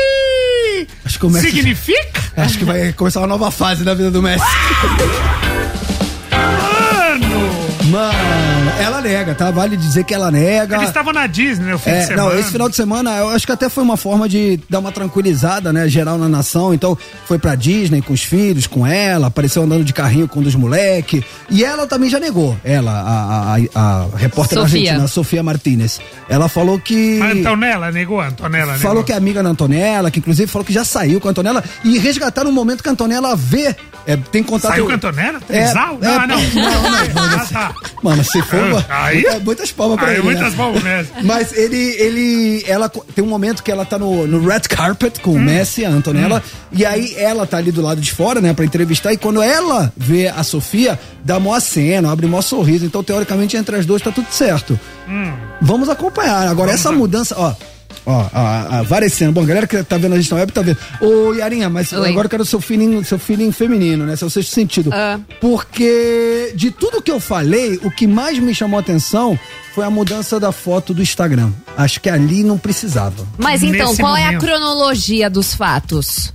Speaker 1: Acho que o Messi-
Speaker 5: Significa?
Speaker 1: Acho que vai começar uma nova fase da vida do Messi.
Speaker 5: Mano!
Speaker 1: Mano, ela nega, tá? Vale dizer que ela nega.
Speaker 5: Eles estavam na Disney no fim de
Speaker 1: É,
Speaker 5: semana.
Speaker 1: não, esse final de semana eu acho que até foi uma forma de dar uma tranquilizada, né, geral na nação. Então, foi pra Disney com os filhos, com ela, apareceu andando de carrinho com um dos moleque. E ela também já negou, ela, a, a- a- a repórter
Speaker 6: Sofia.
Speaker 1: argentina, a Sofia Martinez. Ela falou que.
Speaker 5: A Antonella negou, a Antonella negou.
Speaker 1: Falou que é amiga da Antonella, que inclusive falou que já saiu com a Antonella e resgataram um momento que a Antonella vê É, tem contato.
Speaker 5: Saiu cantonera? Trisal? Ah,
Speaker 1: É,
Speaker 5: não, não.
Speaker 1: não, não.
Speaker 5: Ah, tá.
Speaker 1: Mano, se for.
Speaker 5: Ah, aí-
Speaker 1: muita- muitas palmas pra
Speaker 5: aí
Speaker 1: ele.
Speaker 5: muitas
Speaker 1: né?
Speaker 5: palmas mesmo.
Speaker 1: Mas ele, ele. Ela co- tem um momento que ela tá no, no red carpet
Speaker 5: Hum.
Speaker 1: com o Messi, a Antonella. E aí ela tá ali do lado de fora, né, pra entrevistar. E quando ela vê a Sofia, dá mó cena, abre mó sorriso. Então, teoricamente, entre as duas tá tudo certo.
Speaker 5: Hum.
Speaker 1: Vamos acompanhar. Agora, essa mudança, ó. Ó, a, a Varecena. Bom, a galera que tá vendo a gente na web tá vendo. Ô, Yarinha, mas
Speaker 6: Oi.
Speaker 1: agora eu quero o seu feeling, seu feeling feminino, né? Seu sexto sentido.
Speaker 6: Ah.
Speaker 1: Porque de tudo que eu falei, o que mais me chamou a atenção foi a mudança da foto do Instagram. Acho que ali não precisava.
Speaker 6: Mas então,
Speaker 1: Nesse
Speaker 6: qual é a
Speaker 1: momento.
Speaker 6: cronologia dos fatos?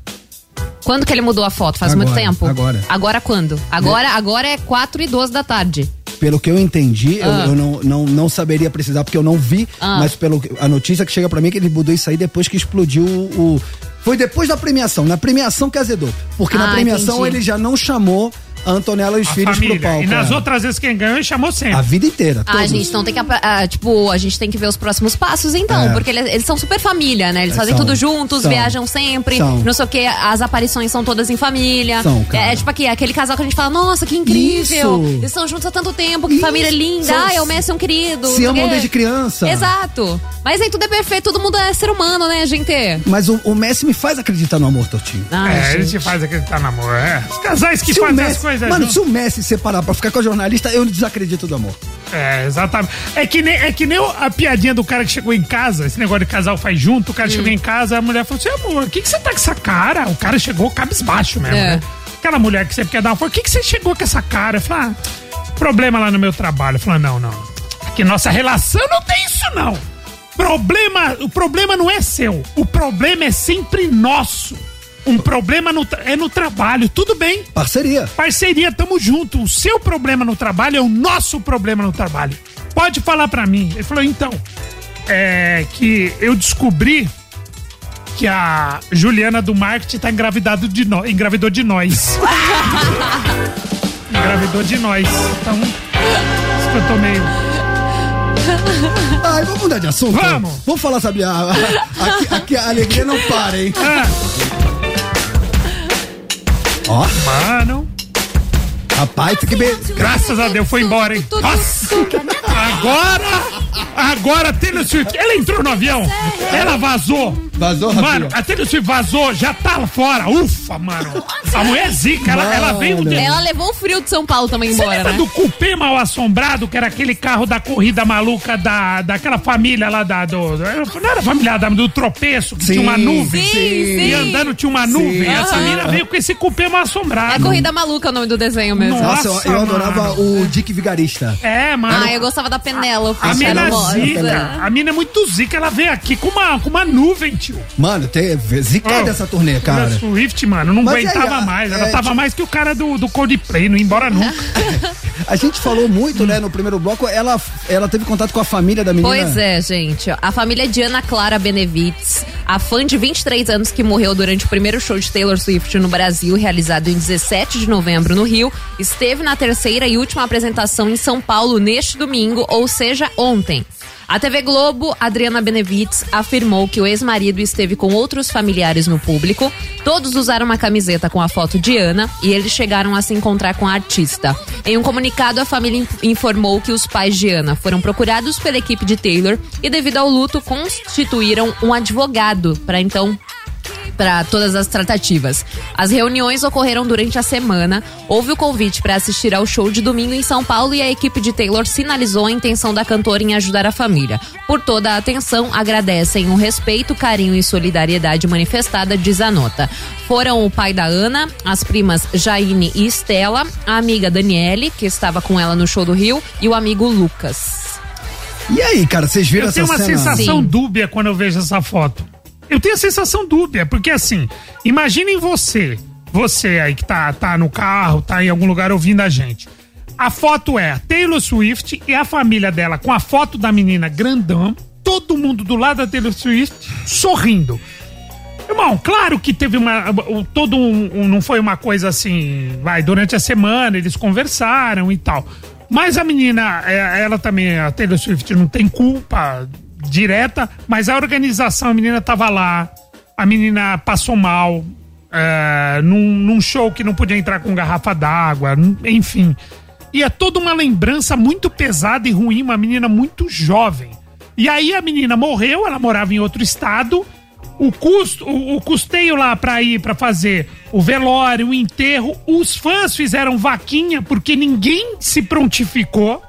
Speaker 6: Quando que ele mudou a foto? Faz muito
Speaker 1: Agora,
Speaker 6: tempo?
Speaker 1: agora.
Speaker 6: Agora quando? Agora, agora é 4 e 12 da tarde.
Speaker 1: Pelo que eu entendi, eu-
Speaker 6: Ah.
Speaker 1: eu, não, não, não saberia precisar, porque eu não vi,
Speaker 6: Ah.
Speaker 1: mas pelo que- a notícia que chega pra mim é que ele mudou isso aí depois que explodiu o. o- Foi depois da premiação, na premiação que azedou. Porque na
Speaker 5: Ah,
Speaker 1: premiação
Speaker 5: entendi.
Speaker 1: ele já não chamou a Antonella e os
Speaker 5: A
Speaker 1: filhos
Speaker 5: família.
Speaker 1: pro palco.
Speaker 5: E nas
Speaker 1: é.
Speaker 5: outras vezes quem ganhou, ele chamou sempre.
Speaker 1: A vida inteira.
Speaker 6: Ah, gente, então tem que. apa- ah, tipo, a gente tem que ver os próximos passos, então.
Speaker 1: É.
Speaker 6: Porque eles, eles são super família, né? Eles
Speaker 1: É,
Speaker 6: fazem
Speaker 1: são,
Speaker 6: tudo juntos,
Speaker 1: são,
Speaker 6: viajam sempre,
Speaker 1: são.
Speaker 6: não sei o quê. As aparições são todas em família.
Speaker 1: São, cara.
Speaker 6: É, tipo aqui, aquele casal que a gente fala, nossa, que incrível!
Speaker 1: Isso.
Speaker 6: Eles estão juntos há tanto tempo, que família linda,
Speaker 1: São-
Speaker 6: ai, é o Messi é um querido.
Speaker 1: Se
Speaker 6: não sei o
Speaker 1: amam
Speaker 6: quê.
Speaker 1: desde criança.
Speaker 6: Exato. Mas aí tudo é perfeito, todo mundo é ser humano, né, gente?
Speaker 1: Mas o, o Messi me faz acreditar no amor, Tortinho.
Speaker 5: é, ele te faz acreditar no amor. É. Os casais que
Speaker 1: Se o
Speaker 5: fazem
Speaker 1: Messi-
Speaker 5: as coisas
Speaker 1: Mano,
Speaker 5: juntos.
Speaker 1: se o Messi separar pra ficar com a jornalista, eu desacredito do amor.
Speaker 5: É, exatamente. É que nem, é que nem o- a piadinha do cara que chegou em casa, esse negócio de casal faz junto, o cara chegou em casa, a mulher falou assim, amor, o que, que você tá com essa cara? O cara chegou cabisbaixo mesmo,
Speaker 6: É.
Speaker 5: né? Aquela mulher que você quer dar uma força, o que, que você chegou com essa cara? Eu falei, ah, problema lá no meu trabalho. Eu falei, não, não. Que nossa relação não tem isso, não. Problema, o problema não é seu. O problema é sempre nosso. Um problema no tra- é no trabalho, tudo bem.
Speaker 1: Parceria.
Speaker 5: Parceria, tamo junto. O seu problema no trabalho é o nosso problema no trabalho. Pode falar pra mim. Ele falou, então, é que eu descobri que a Juliana do marketing tá engravidado de nós, engravidou de nós. engravidou de nós. Então, isso que eu tô meio...
Speaker 1: Ai, vamos mudar de assunto? Vamos! Vamos falar, sabe? A, a- aqui, aqui a alegria não para, hein?
Speaker 5: É.
Speaker 1: Ó.
Speaker 5: Mano.
Speaker 1: Rapaz, tem que be...
Speaker 5: Graças a Deus, foi embora, hein? Nossa! Agora! Agora, Taylor Swift, ela entrou no avião, ela vazou.
Speaker 1: Vazou,
Speaker 5: Mano, a Taylor Swift vazou, já tá lá fora. Ufa, mano. A mulher é zica, ela, ela veio... de-
Speaker 6: né? Ela levou o frio de São Paulo também
Speaker 5: Você
Speaker 6: embora,
Speaker 5: lembra
Speaker 6: né?
Speaker 5: do cupê mal assombrado, que era aquele carro da corrida maluca da, daquela família lá da. Do, não era familiar da, do tropeço, que
Speaker 6: Sim,
Speaker 5: tinha uma nuvem.
Speaker 6: sim,
Speaker 5: E
Speaker 6: sim.
Speaker 5: andando tinha uma nuvem.
Speaker 6: Sim. Ah.
Speaker 5: Essa
Speaker 1: Ah.
Speaker 6: Aham.
Speaker 5: mina veio com esse cupê mal
Speaker 6: É
Speaker 5: assombrado.
Speaker 6: Corrida Maluca o nome do desenho mesmo.
Speaker 1: Nossa, eu- eu, adorava o Dick Vigarista.
Speaker 5: É, mano.
Speaker 6: Ah, eu gostava da Penélope.
Speaker 5: A mina é
Speaker 6: Charmosa.
Speaker 5: zica. A mina é muito zica. Ela veio aqui com uma, com uma nuvem, tio.
Speaker 1: Mano, tem zicada essa é turnê, cara.
Speaker 5: Taylor Swift, mano, não
Speaker 1: Mas e aí,
Speaker 5: aguentava
Speaker 1: a-
Speaker 5: mais. Ela
Speaker 1: é,
Speaker 5: tava
Speaker 1: tipo- Uhum.
Speaker 5: mais que o cara do, do Coldplay, não ia embora nunca.
Speaker 1: A gente falou muito, né, no primeiro bloco. Ela, ela teve contato com a família da menina.
Speaker 6: Pois é, gente. A família de Ana Clara Benevides, a fã de 23 anos que morreu durante o primeiro show de Taylor Swift no Brasil, realizado em 17 de novembro no Rio, esteve na terceira e última apresentação em São Paulo neste domingo, ou seja, ontem. A TV Globo, Adriana Benevides, afirmou que o ex-marido esteve com outros familiares no público. Todos usaram uma camiseta com a foto de Ana e eles chegaram a se encontrar com a artista. Em um comunicado, a família in- informou que os pais de Ana foram procurados pela equipe de Taylor e, devido ao luto, constituíram um advogado para então para todas as tratativas. As reuniões ocorreram durante a semana. Houve o convite para assistir ao show de domingo em São Paulo e a equipe de Taylor sinalizou a intenção da cantora em ajudar a família. Por toda a atenção, agradecem o respeito, carinho e solidariedade manifestada, diz a nota. Foram o pai da Ana, as primas Jaine e Estela, a amiga Daniele, que estava com ela no show do Rio, e o amigo Lucas.
Speaker 1: E aí, cara, vocês viram
Speaker 5: Eu
Speaker 1: essa
Speaker 5: tenho uma
Speaker 1: cena?
Speaker 5: sensação dúbia quando eu vejo essa foto. Eu tenho a sensação dúbia, porque assim, imaginem você, você aí que tá, tá no carro, tá em algum lugar ouvindo a gente. A foto é a Taylor Swift e a família dela com a foto da menina grandão, todo mundo do lado da Taylor Swift sorrindo. Irmão, claro que teve uma. o- Todo um, um- Não foi uma coisa assim. Vai, durante a semana eles conversaram e tal. Mas a menina, é, ela também, a Taylor Swift, não tem culpa direta, mas a organização, a menina tava lá, a menina passou mal, é, num, num show que não podia entrar com garrafa d'água, n- enfim. E é toda uma lembrança muito pesada e ruim, uma menina muito jovem. E aí a menina morreu, ela morava em outro estado. O custo, o, o custeio lá pra ir pra fazer o velório, o enterro, os fãs fizeram vaquinha porque ninguém se prontificou.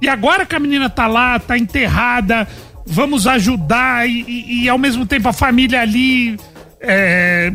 Speaker 5: E agora que a menina tá lá, tá enterrada, vamos ajudar e, e- e, ao mesmo tempo a família ali é,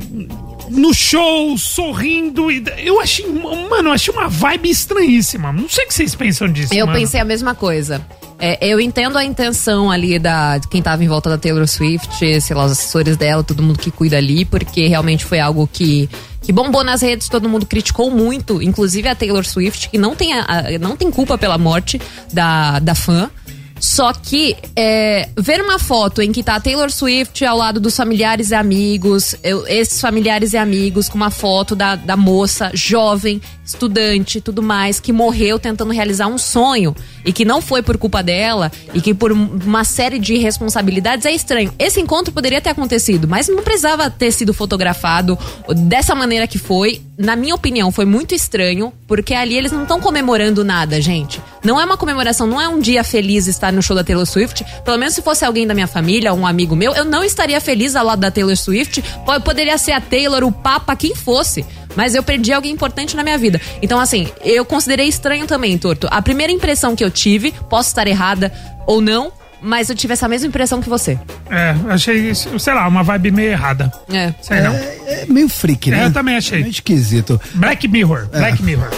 Speaker 5: no show, sorrindo. e- eu achei, mano, eu achei uma vibe estranhíssima. Não sei o que vocês pensam disso.
Speaker 6: Eu
Speaker 5: mano.
Speaker 6: pensei a mesma coisa. É, eu entendo a intenção ali da de quem tava em volta da Taylor Swift, sei lá, os assessores dela, todo mundo que cuida ali, porque realmente foi algo que, que bombou nas redes, todo mundo criticou muito, inclusive a Taylor Swift, que não tem, a- a- não tem culpa pela morte da, da fã. Só que é, ver uma foto em que tá a Taylor Swift ao lado dos familiares e amigos, eu- esses familiares e amigos, com uma foto da, da moça jovem, estudante tudo mais, que morreu tentando realizar um sonho e que não foi por culpa dela e que por um- uma série de responsabilidades é estranho. Esse encontro poderia ter acontecido, mas não precisava ter sido fotografado dessa maneira que foi. Na minha opinião, foi muito estranho, porque ali eles não estão comemorando nada, gente. Não é uma comemoração, não é um dia feliz estar no show da Taylor Swift. Pelo menos se fosse alguém da minha família, um amigo meu, eu não estaria feliz ao lado da Taylor Swift. Po- Poderia ser a Taylor, o Papa, quem fosse. Mas eu perdi alguém importante na minha vida. Então, assim, eu considerei estranho também, Torto. A primeira impressão que eu tive, posso estar errada ou não, mas eu tive essa mesma impressão que você.
Speaker 5: É, achei, isso, sei lá, uma vibe meio errada.
Speaker 6: É.
Speaker 5: Sei não.
Speaker 1: É meio freak, né?
Speaker 5: É, eu também achei.
Speaker 1: Meio esquisito.
Speaker 5: Black Mirror, Black Mirror.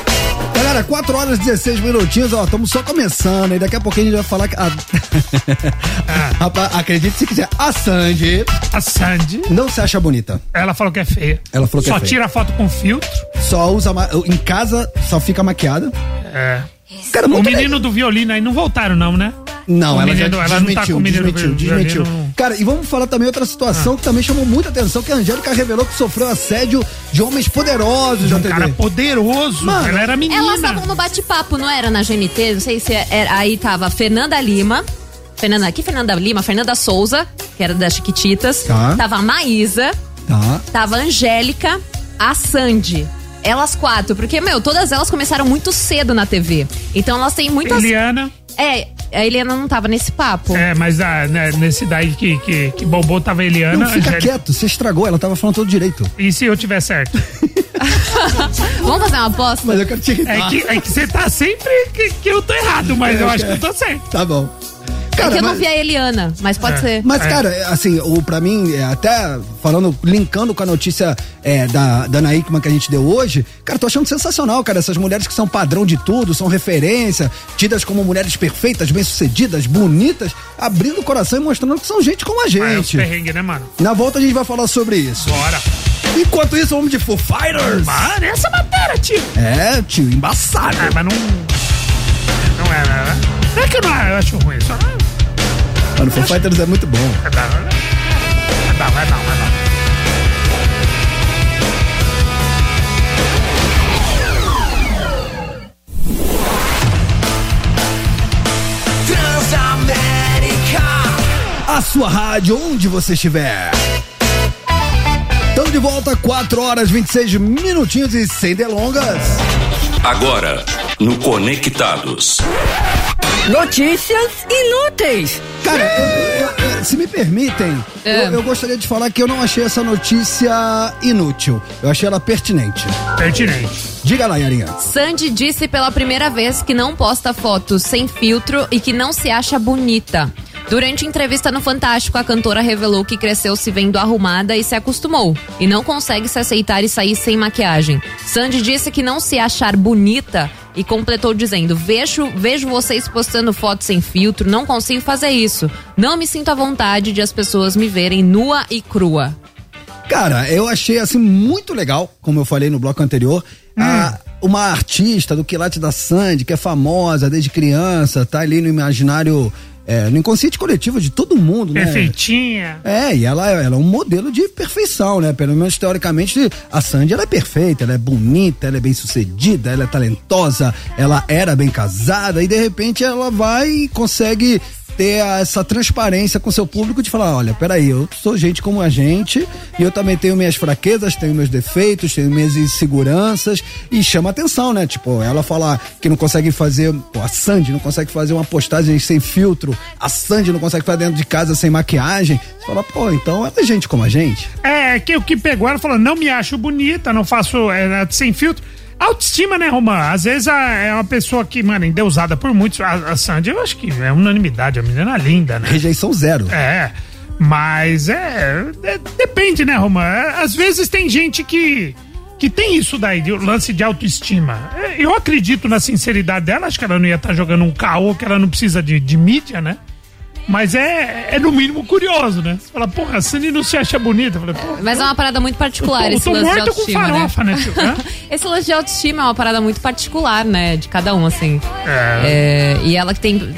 Speaker 1: Galera, 4 horas e 16 minutinhos, ó, estamos só começando, e daqui a pouquinho a gente vai falar que a... Rapaz, acredite se quiser, a Sandy...
Speaker 5: A Sandy...
Speaker 1: Não se acha bonita.
Speaker 5: Ela falou que é feia.
Speaker 1: Ela falou que
Speaker 5: Só
Speaker 1: é feia.
Speaker 5: tira foto com filtro.
Speaker 1: Só usa... ma- Em casa, só fica maquiada.
Speaker 5: É.
Speaker 1: Cara,
Speaker 5: o
Speaker 1: muito
Speaker 5: menino do violino aí não voltaram, não, né? O
Speaker 1: Não, ela
Speaker 5: menino-
Speaker 1: já
Speaker 5: ela não tá com
Speaker 1: desmentiu,
Speaker 5: o menino
Speaker 1: desmentiu,
Speaker 5: do
Speaker 1: desmentiu.
Speaker 5: violino, não. Ah.
Speaker 1: Cara, e vamos falar também outra situação que também chamou muita atenção, que a Angélica revelou que sofreu assédio de homens poderosos. Um
Speaker 5: cara poderoso, ela era
Speaker 6: Elas estavam no bate-papo, não era na GNT? Não sei se é, era. Aí tava Fernanda Lima. Fernanda, que Fernanda Lima? Fernanda Souza, que era das Chiquititas.
Speaker 1: Tá.
Speaker 6: Tava a Maísa.
Speaker 1: Tá.
Speaker 6: Tava a Angélica, a Sandy. Elas quatro, porque, meu, todas elas começaram muito cedo na TV. Então elas têm muitas.
Speaker 5: Eliana.
Speaker 6: É, a Eliana não tava nesse papo.
Speaker 5: É, mas ah, né, nesse daí que, que, que bombou tava a Eliana.
Speaker 1: Não, fica
Speaker 5: Angélica.
Speaker 1: quieto, você estragou, ela tava falando todo direito.
Speaker 5: E se eu tiver certo?
Speaker 6: Vamos fazer uma aposta?
Speaker 1: Mas eu quero te irritar.
Speaker 5: É que, é que você tá sempre que, que eu tô errado, mas eu acho que eu tô certo.
Speaker 1: Tá bom.
Speaker 6: é que eu não
Speaker 1: mas-
Speaker 6: vi a Eliana, mas pode
Speaker 5: É.
Speaker 6: ser.
Speaker 1: Mas, cara, assim, o, pra mim, é, até falando, linkando com a notícia é, da, da Ana Hickman que a gente deu hoje, cara, tô achando sensacional, cara. Essas mulheres que são padrão de tudo, são referência, tidas como mulheres perfeitas, bem-sucedidas, bonitas, abrindo o coração e mostrando que são gente como a
Speaker 5: Mas é os
Speaker 1: gente.
Speaker 5: perrengues, né, mano?
Speaker 1: Na volta a gente vai falar sobre isso.
Speaker 5: Bora.
Speaker 1: Enquanto isso, vamos de Foo Fighters.
Speaker 5: Mano, essa matéria, tio.
Speaker 1: É, tio, embaçado.
Speaker 5: Ah, mas não. Não é, né? Não é que eu não eu acho ruim, só.
Speaker 1: Mano, Foo Fighters é muito bom.
Speaker 5: É da hora. É da hora, é da hora, é da hora.
Speaker 12: Transamérica.
Speaker 1: A sua rádio, onde você estiver. Estamos de volta, 4 horas 26 minutinhos e sem delongas.
Speaker 2: Agora, no Conectados.
Speaker 1: Notícias inúteis. É. Cara, eu- eu- eu- se me permitem, eu, eu gostaria de falar que eu não achei essa notícia inútil. Eu achei ela pertinente.
Speaker 5: Pertinente.
Speaker 1: Diga lá, Yarinha.
Speaker 6: Sandy disse pela primeira vez que não posta fotos sem filtro e que não se acha bonita. Durante entrevista no Fantástico, a cantora revelou que cresceu se vendo arrumada e se acostumou, e não consegue se aceitar e sair sem maquiagem. Sandy disse que não se achar bonita e completou dizendo: Vejo, vejo vocês postando fotos sem filtro, não consigo fazer isso. Não me sinto à vontade de as pessoas me verem nua e crua.
Speaker 1: Cara, eu achei assim muito legal, como eu falei no bloco anterior, a- uma artista do Quilate da Sandy, que é famosa desde criança, tá ali no imaginário, é, no inconsciente coletivo de todo mundo, né?
Speaker 5: Perfeitinha.
Speaker 1: É, e ela, ela é um modelo de perfeição, né? Pelo menos teoricamente, a Sandy ela é perfeita, ela é bonita, ela é bem sucedida, ela é talentosa, ela era bem casada e de repente ela vai e consegue ter essa transparência com seu público de falar, olha, peraí, eu sou gente como a gente e eu também tenho minhas fraquezas, tenho meus defeitos, tenho minhas inseguranças e chama atenção, né? Tipo, ela falar que não consegue fazer, pô, a Sandy não consegue fazer uma postagem sem filtro, a Sandy não consegue ficar dentro de casa sem maquiagem. Você fala, pô, então ela é gente como a gente.
Speaker 5: É, que o que pegou ela falou, não me acho bonita, não faço é, sem filtro. Autoestima, né, Romã? Às vezes a- é uma pessoa que, mano, endeusada por muitos. A, a Sandy, eu acho que é unanimidade, a menina é linda, né?
Speaker 1: Rejeição zero.
Speaker 5: É. Mas é. é- depende, né, Romã? É, Às vezes tem gente que. que tem isso daí, de- o lance de autoestima. É, Eu acredito na sinceridade dela, acho que ela não ia estar jogando um caô, que ela não precisa de, de mídia, né? Mas é, é no mínimo curioso, né? Você fala, porra, a Sandy não se acha bonita. Eu falei, porra.
Speaker 6: Mas é uma parada muito
Speaker 5: Eu
Speaker 6: particular
Speaker 5: tô- eu
Speaker 6: esse
Speaker 5: tô
Speaker 6: lance de
Speaker 5: morto com
Speaker 6: autoestima,
Speaker 5: farofa, né, tio? Hã?
Speaker 6: esse lance de autoestima é uma parada muito particular, né? De cada um, assim.
Speaker 5: É.
Speaker 6: É, e ela que tem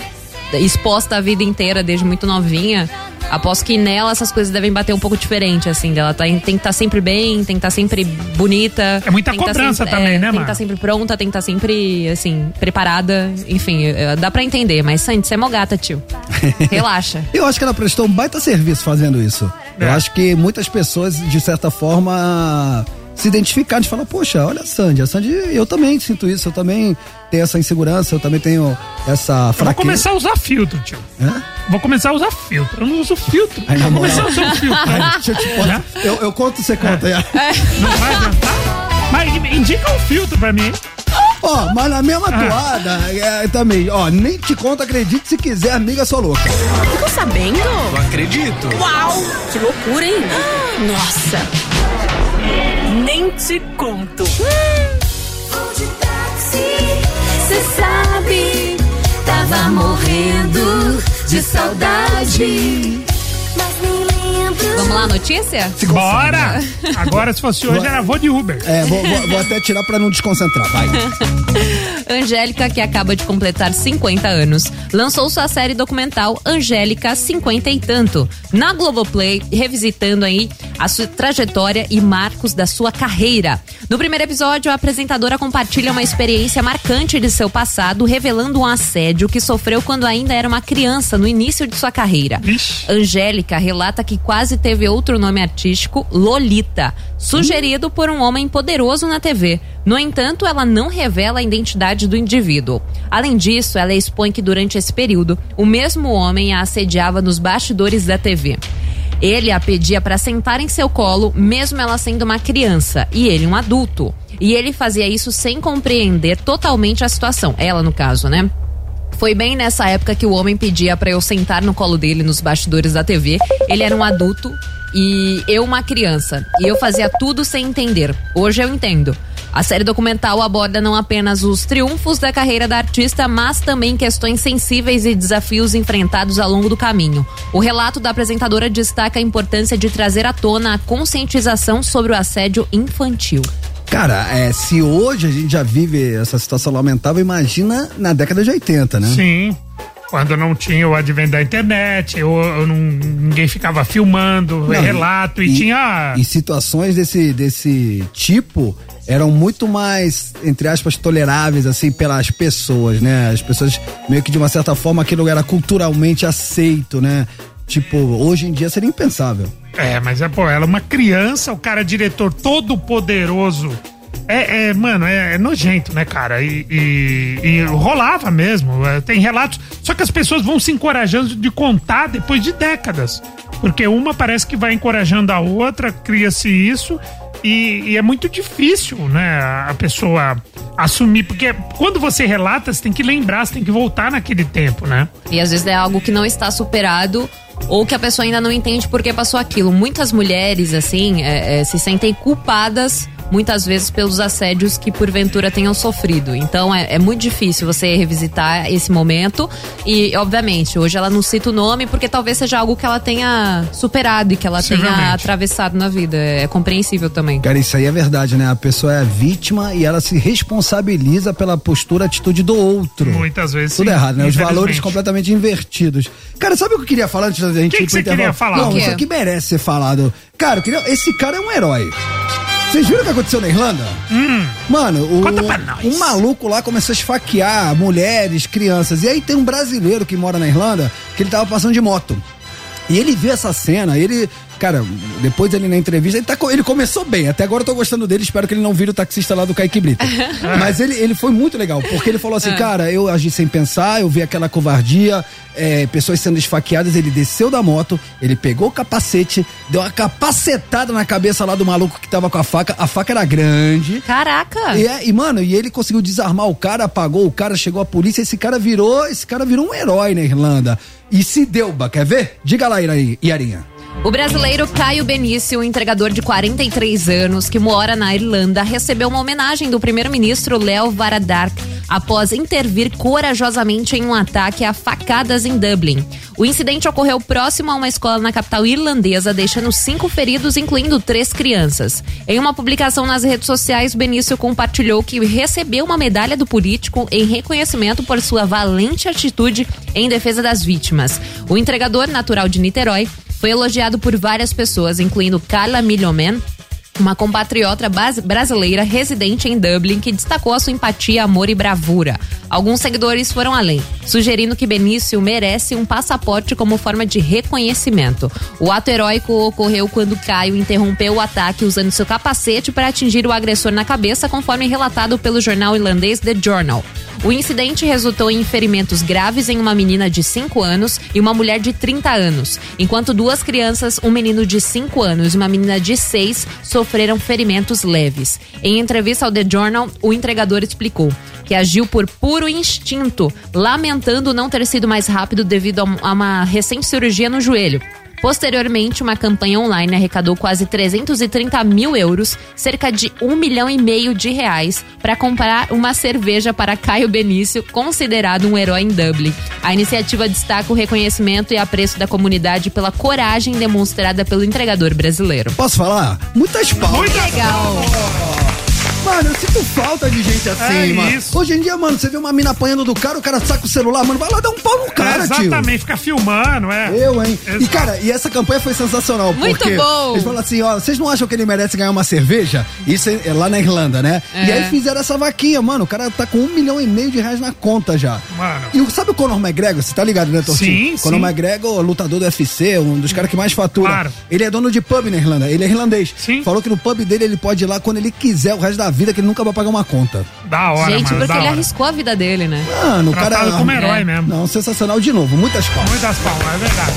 Speaker 6: exposta a vida inteira desde muito novinha. Aposto que nela essas coisas devem bater um pouco diferente, assim. Dela tá, em- tem que estar sempre bem, tem que estar sempre bonita. É
Speaker 5: muita cobrança também, né,
Speaker 6: Tem que
Speaker 5: Mar?
Speaker 6: estar sempre pronta, tem que estar sempre, assim, preparada. Enfim, é, dá pra entender. Mas, Sandy, você é mó gata, tio. Relaxa.
Speaker 1: Eu acho que ela prestou um baita serviço fazendo isso.
Speaker 5: É.
Speaker 1: Eu acho que muitas pessoas, de certa forma, se identificaram de falar, poxa, olha a Sandy, a Sandy, eu também sinto isso, eu também tenho essa insegurança, eu também tenho essa
Speaker 5: Eu vou
Speaker 1: fraqueza.
Speaker 5: começar a usar filtro, tio. Vou começar a usar filtro. Eu não uso filtro.
Speaker 1: Ai, na
Speaker 5: vou
Speaker 1: moral.
Speaker 5: começar a usar filtro.
Speaker 1: Ai, deixa eu te contar.
Speaker 5: Já?
Speaker 1: Eu, eu conto, você conta. é. já.
Speaker 5: Não vai adiantar? Mas indica um filtro pra mim.
Speaker 1: Ó, mas na mesma
Speaker 5: Ah.
Speaker 1: toada, é, também, ó, nem te conto, acredite se quiser, amiga sua louca.
Speaker 13: Ficou sabendo?
Speaker 1: Não acredito.
Speaker 13: Uau! Que loucura, hein? Nossa! Nem te conto.
Speaker 12: Vou de táxi, cê sabe, tava morrendo de saudade. Mas nem lembro.
Speaker 6: Vamos lá, notícia?
Speaker 5: Bora! Agora, se fosse hoje,
Speaker 1: Vai.
Speaker 5: era vou de Uber.
Speaker 1: É, vou, vou- vou até tirar pra não desconcentrar, vai.
Speaker 6: Angélica, que acaba de completar 50 anos, lançou sua série documental Angélica 50 e Tanto, na Globoplay, revisitando aí a sua trajetória e marcos da sua carreira. No primeiro episódio, a apresentadora compartilha uma experiência marcante de seu passado, revelando um assédio que sofreu quando ainda era uma criança, no início de sua carreira. Angélica relata que quase teve outro nome artístico, Lolita, sugerido por um homem poderoso na TV. No entanto, ela não revela a identidade do indivíduo. Além disso, ela expõe que durante esse período, o mesmo homem a assediava nos bastidores da TV. Ele a pedia para sentar em seu colo, mesmo ela sendo uma criança e ele um adulto. E ele fazia isso sem compreender totalmente a situação. Ela, no caso, né? Foi bem nessa época que o homem pedia pra eu sentar no colo dele nos bastidores da TV. Ele era um adulto e eu uma criança. E eu fazia tudo sem entender. Hoje eu entendo. A série documental aborda não apenas os triunfos da carreira da artista, mas também questões sensíveis e desafios enfrentados ao longo do caminho. O relato da apresentadora destaca a importância de trazer à tona a conscientização sobre o assédio infantil.
Speaker 1: Cara, é, se hoje a gente já vive essa situação lamentável, imagina na década de 80, né?
Speaker 5: Sim. Quando não tinha o advento da internet, eu, eu não, ninguém ficava filmando,
Speaker 1: Não,
Speaker 5: relato, e, tinha.
Speaker 1: E situações desse, desse tipo eram muito mais, entre aspas, toleráveis, assim, pelas pessoas, né? As pessoas, meio que de uma certa forma, aquilo era culturalmente aceito, né? Tipo, hoje em dia seria impensável.
Speaker 5: É, mas é, pô, ela é uma criança, o cara é diretor todo poderoso. É, é, mano, é, é nojento, né, cara? E, e- e rolava mesmo. é, tem relatos. Só que as pessoas vão se encorajando de contar depois de décadas. Porque uma parece que vai encorajando a outra, cria-se isso. E, e é muito difícil, né, a- a pessoa assumir. Porque quando você relata, você tem que lembrar, você tem que voltar naquele tempo, né?
Speaker 6: E às vezes é algo que não está superado ou que a pessoa ainda não entende por que passou aquilo. Muitas mulheres, assim, é, é, se sentem culpadas muitas vezes pelos assédios que porventura tenham sofrido. Então é, é muito difícil você revisitar esse momento. E, obviamente, hoje ela não cita o nome porque talvez seja algo que ela tenha superado e que ela tenha
Speaker 1: Possivelmente.
Speaker 6: atravessado na vida. É compreensível também.
Speaker 1: Cara, isso aí é verdade, né? A pessoa é a vítima e ela se responsabiliza pela postura, atitude do outro.
Speaker 5: Muitas vezes.
Speaker 1: Tudo
Speaker 5: sim,
Speaker 1: errado, né? Os
Speaker 5: infelizmente.
Speaker 1: valores completamente invertidos. Cara, sabe o que eu queria falar antes da gente
Speaker 5: Que
Speaker 1: ir
Speaker 5: que
Speaker 1: pro
Speaker 5: você
Speaker 1: intervalo?
Speaker 5: queria falar?
Speaker 1: Não,
Speaker 5: O quê?
Speaker 1: isso aqui merece ser falado. Cara, eu queria... esse cara é um herói. Vocês viram o que aconteceu na Irlanda?
Speaker 5: Hum.
Speaker 1: Mano, o, um maluco lá começou a esfaquear mulheres, crianças. E aí tem um brasileiro que mora na Irlanda que ele tava passando de moto. E ele viu essa cena, ele. Cara, depois ele na entrevista, ele, tá, co- ele começou bem. Até agora eu tô gostando dele, espero que ele não vire o taxista lá do Kaique Brito. Mas ele, ele foi muito legal, porque ele falou assim:
Speaker 14: Ah.
Speaker 1: cara, eu agi sem pensar, eu vi aquela covardia, é, pessoas sendo esfaqueadas. Ele desceu da moto, ele pegou o capacete, deu uma capacetada na cabeça lá do maluco que tava com a faca. A faca era grande.
Speaker 6: Caraca!
Speaker 1: E, é- e, mano, e ele conseguiu desarmar o cara, apagou o cara, chegou a polícia, esse cara virou, esse cara virou um herói na Irlanda. E se deu, ba, quer ver? Diga lá, Ira- Iarinha.
Speaker 6: O brasileiro Caio Benício, um entregador de 43 anos, que mora na Irlanda, recebeu uma homenagem do primeiro-ministro Léo Varadark após intervir corajosamente em um ataque a facadas em Dublin. O incidente ocorreu próximo a uma escola na capital irlandesa, deixando cinco feridos, incluindo três crianças. Em uma publicação nas redes sociais, Benício compartilhou que recebeu uma medalha do político em reconhecimento por sua valente atitude em defesa das vítimas. O entregador, natural de Niterói, foi elogiado por várias pessoas, incluindo Carla Milhomen, uma compatriota bas- brasileira residente em Dublin que destacou a sua empatia, amor e bravura. Alguns seguidores foram além, sugerindo que Benício merece um passaporte como forma de reconhecimento. O ato heróico ocorreu quando Caio interrompeu o ataque usando seu capacete para atingir o agressor na cabeça, conforme relatado pelo jornal irlandês The Journal. O incidente resultou em ferimentos graves em uma menina de 5 anos e uma mulher de 30 anos, enquanto duas crianças, um menino de 5 anos e uma menina de 6, sofreram ferimentos leves. Em entrevista ao The Journal, o entregador explicou que agiu por puro instinto, lamentando não ter sido mais rápido devido a um- a uma recente cirurgia no joelho. Posteriormente, uma campanha online arrecadou quase 330 mil euros, cerca de um milhão e meio de reais, para comprar uma cerveja para Caio Benício, considerado um herói em Dublin. A iniciativa destaca o reconhecimento e apreço da comunidade pela coragem demonstrada pelo entregador brasileiro.
Speaker 1: Posso falar? Muitas palmas.
Speaker 6: Muito legal.
Speaker 1: tá Mano, eu sinto falta de gente assim,
Speaker 5: É
Speaker 1: mano. Hoje em dia, mano, você vê uma mina apanhando do cara, o cara saca o celular, mano, vai lá dar um pau no
Speaker 5: É,
Speaker 1: cara, tio.
Speaker 5: Exatamente, fica filmando, é.
Speaker 1: Eu, hein? E, cara, e essa campanha foi sensacional.
Speaker 5: Muito
Speaker 1: porque
Speaker 5: bom.
Speaker 1: Eles falaram assim, ó, vocês não acham que ele merece ganhar uma cerveja? Isso é é lá na Irlanda, né?
Speaker 5: É.
Speaker 1: E aí fizeram essa vaquinha, mano. O cara tá com um milhão e meio de reais na conta já.
Speaker 5: Mano.
Speaker 1: E o- sabe o Conor McGregor? Você tá ligado, né, Tortinho?
Speaker 5: Sim, sim.
Speaker 1: Conor McGregor, lutador do UFC, um dos caras que mais fatura.
Speaker 5: Claro.
Speaker 1: Ele é dono de pub na Irlanda. Ele é irlandês. Sim. Falou que no pub dele ele pode ir lá quando ele quiser o resto da vida, que ele nunca vai pagar uma conta.
Speaker 5: Da hora,
Speaker 6: Gente,
Speaker 5: mano,
Speaker 6: porque
Speaker 5: da
Speaker 6: ele
Speaker 5: hora.
Speaker 6: arriscou a vida dele, né?
Speaker 1: Mano, o cara... é um
Speaker 5: Tratado como herói mesmo.
Speaker 1: Não, sensacional de novo. Muitas palmas.
Speaker 5: Muitas palmas, é verdade.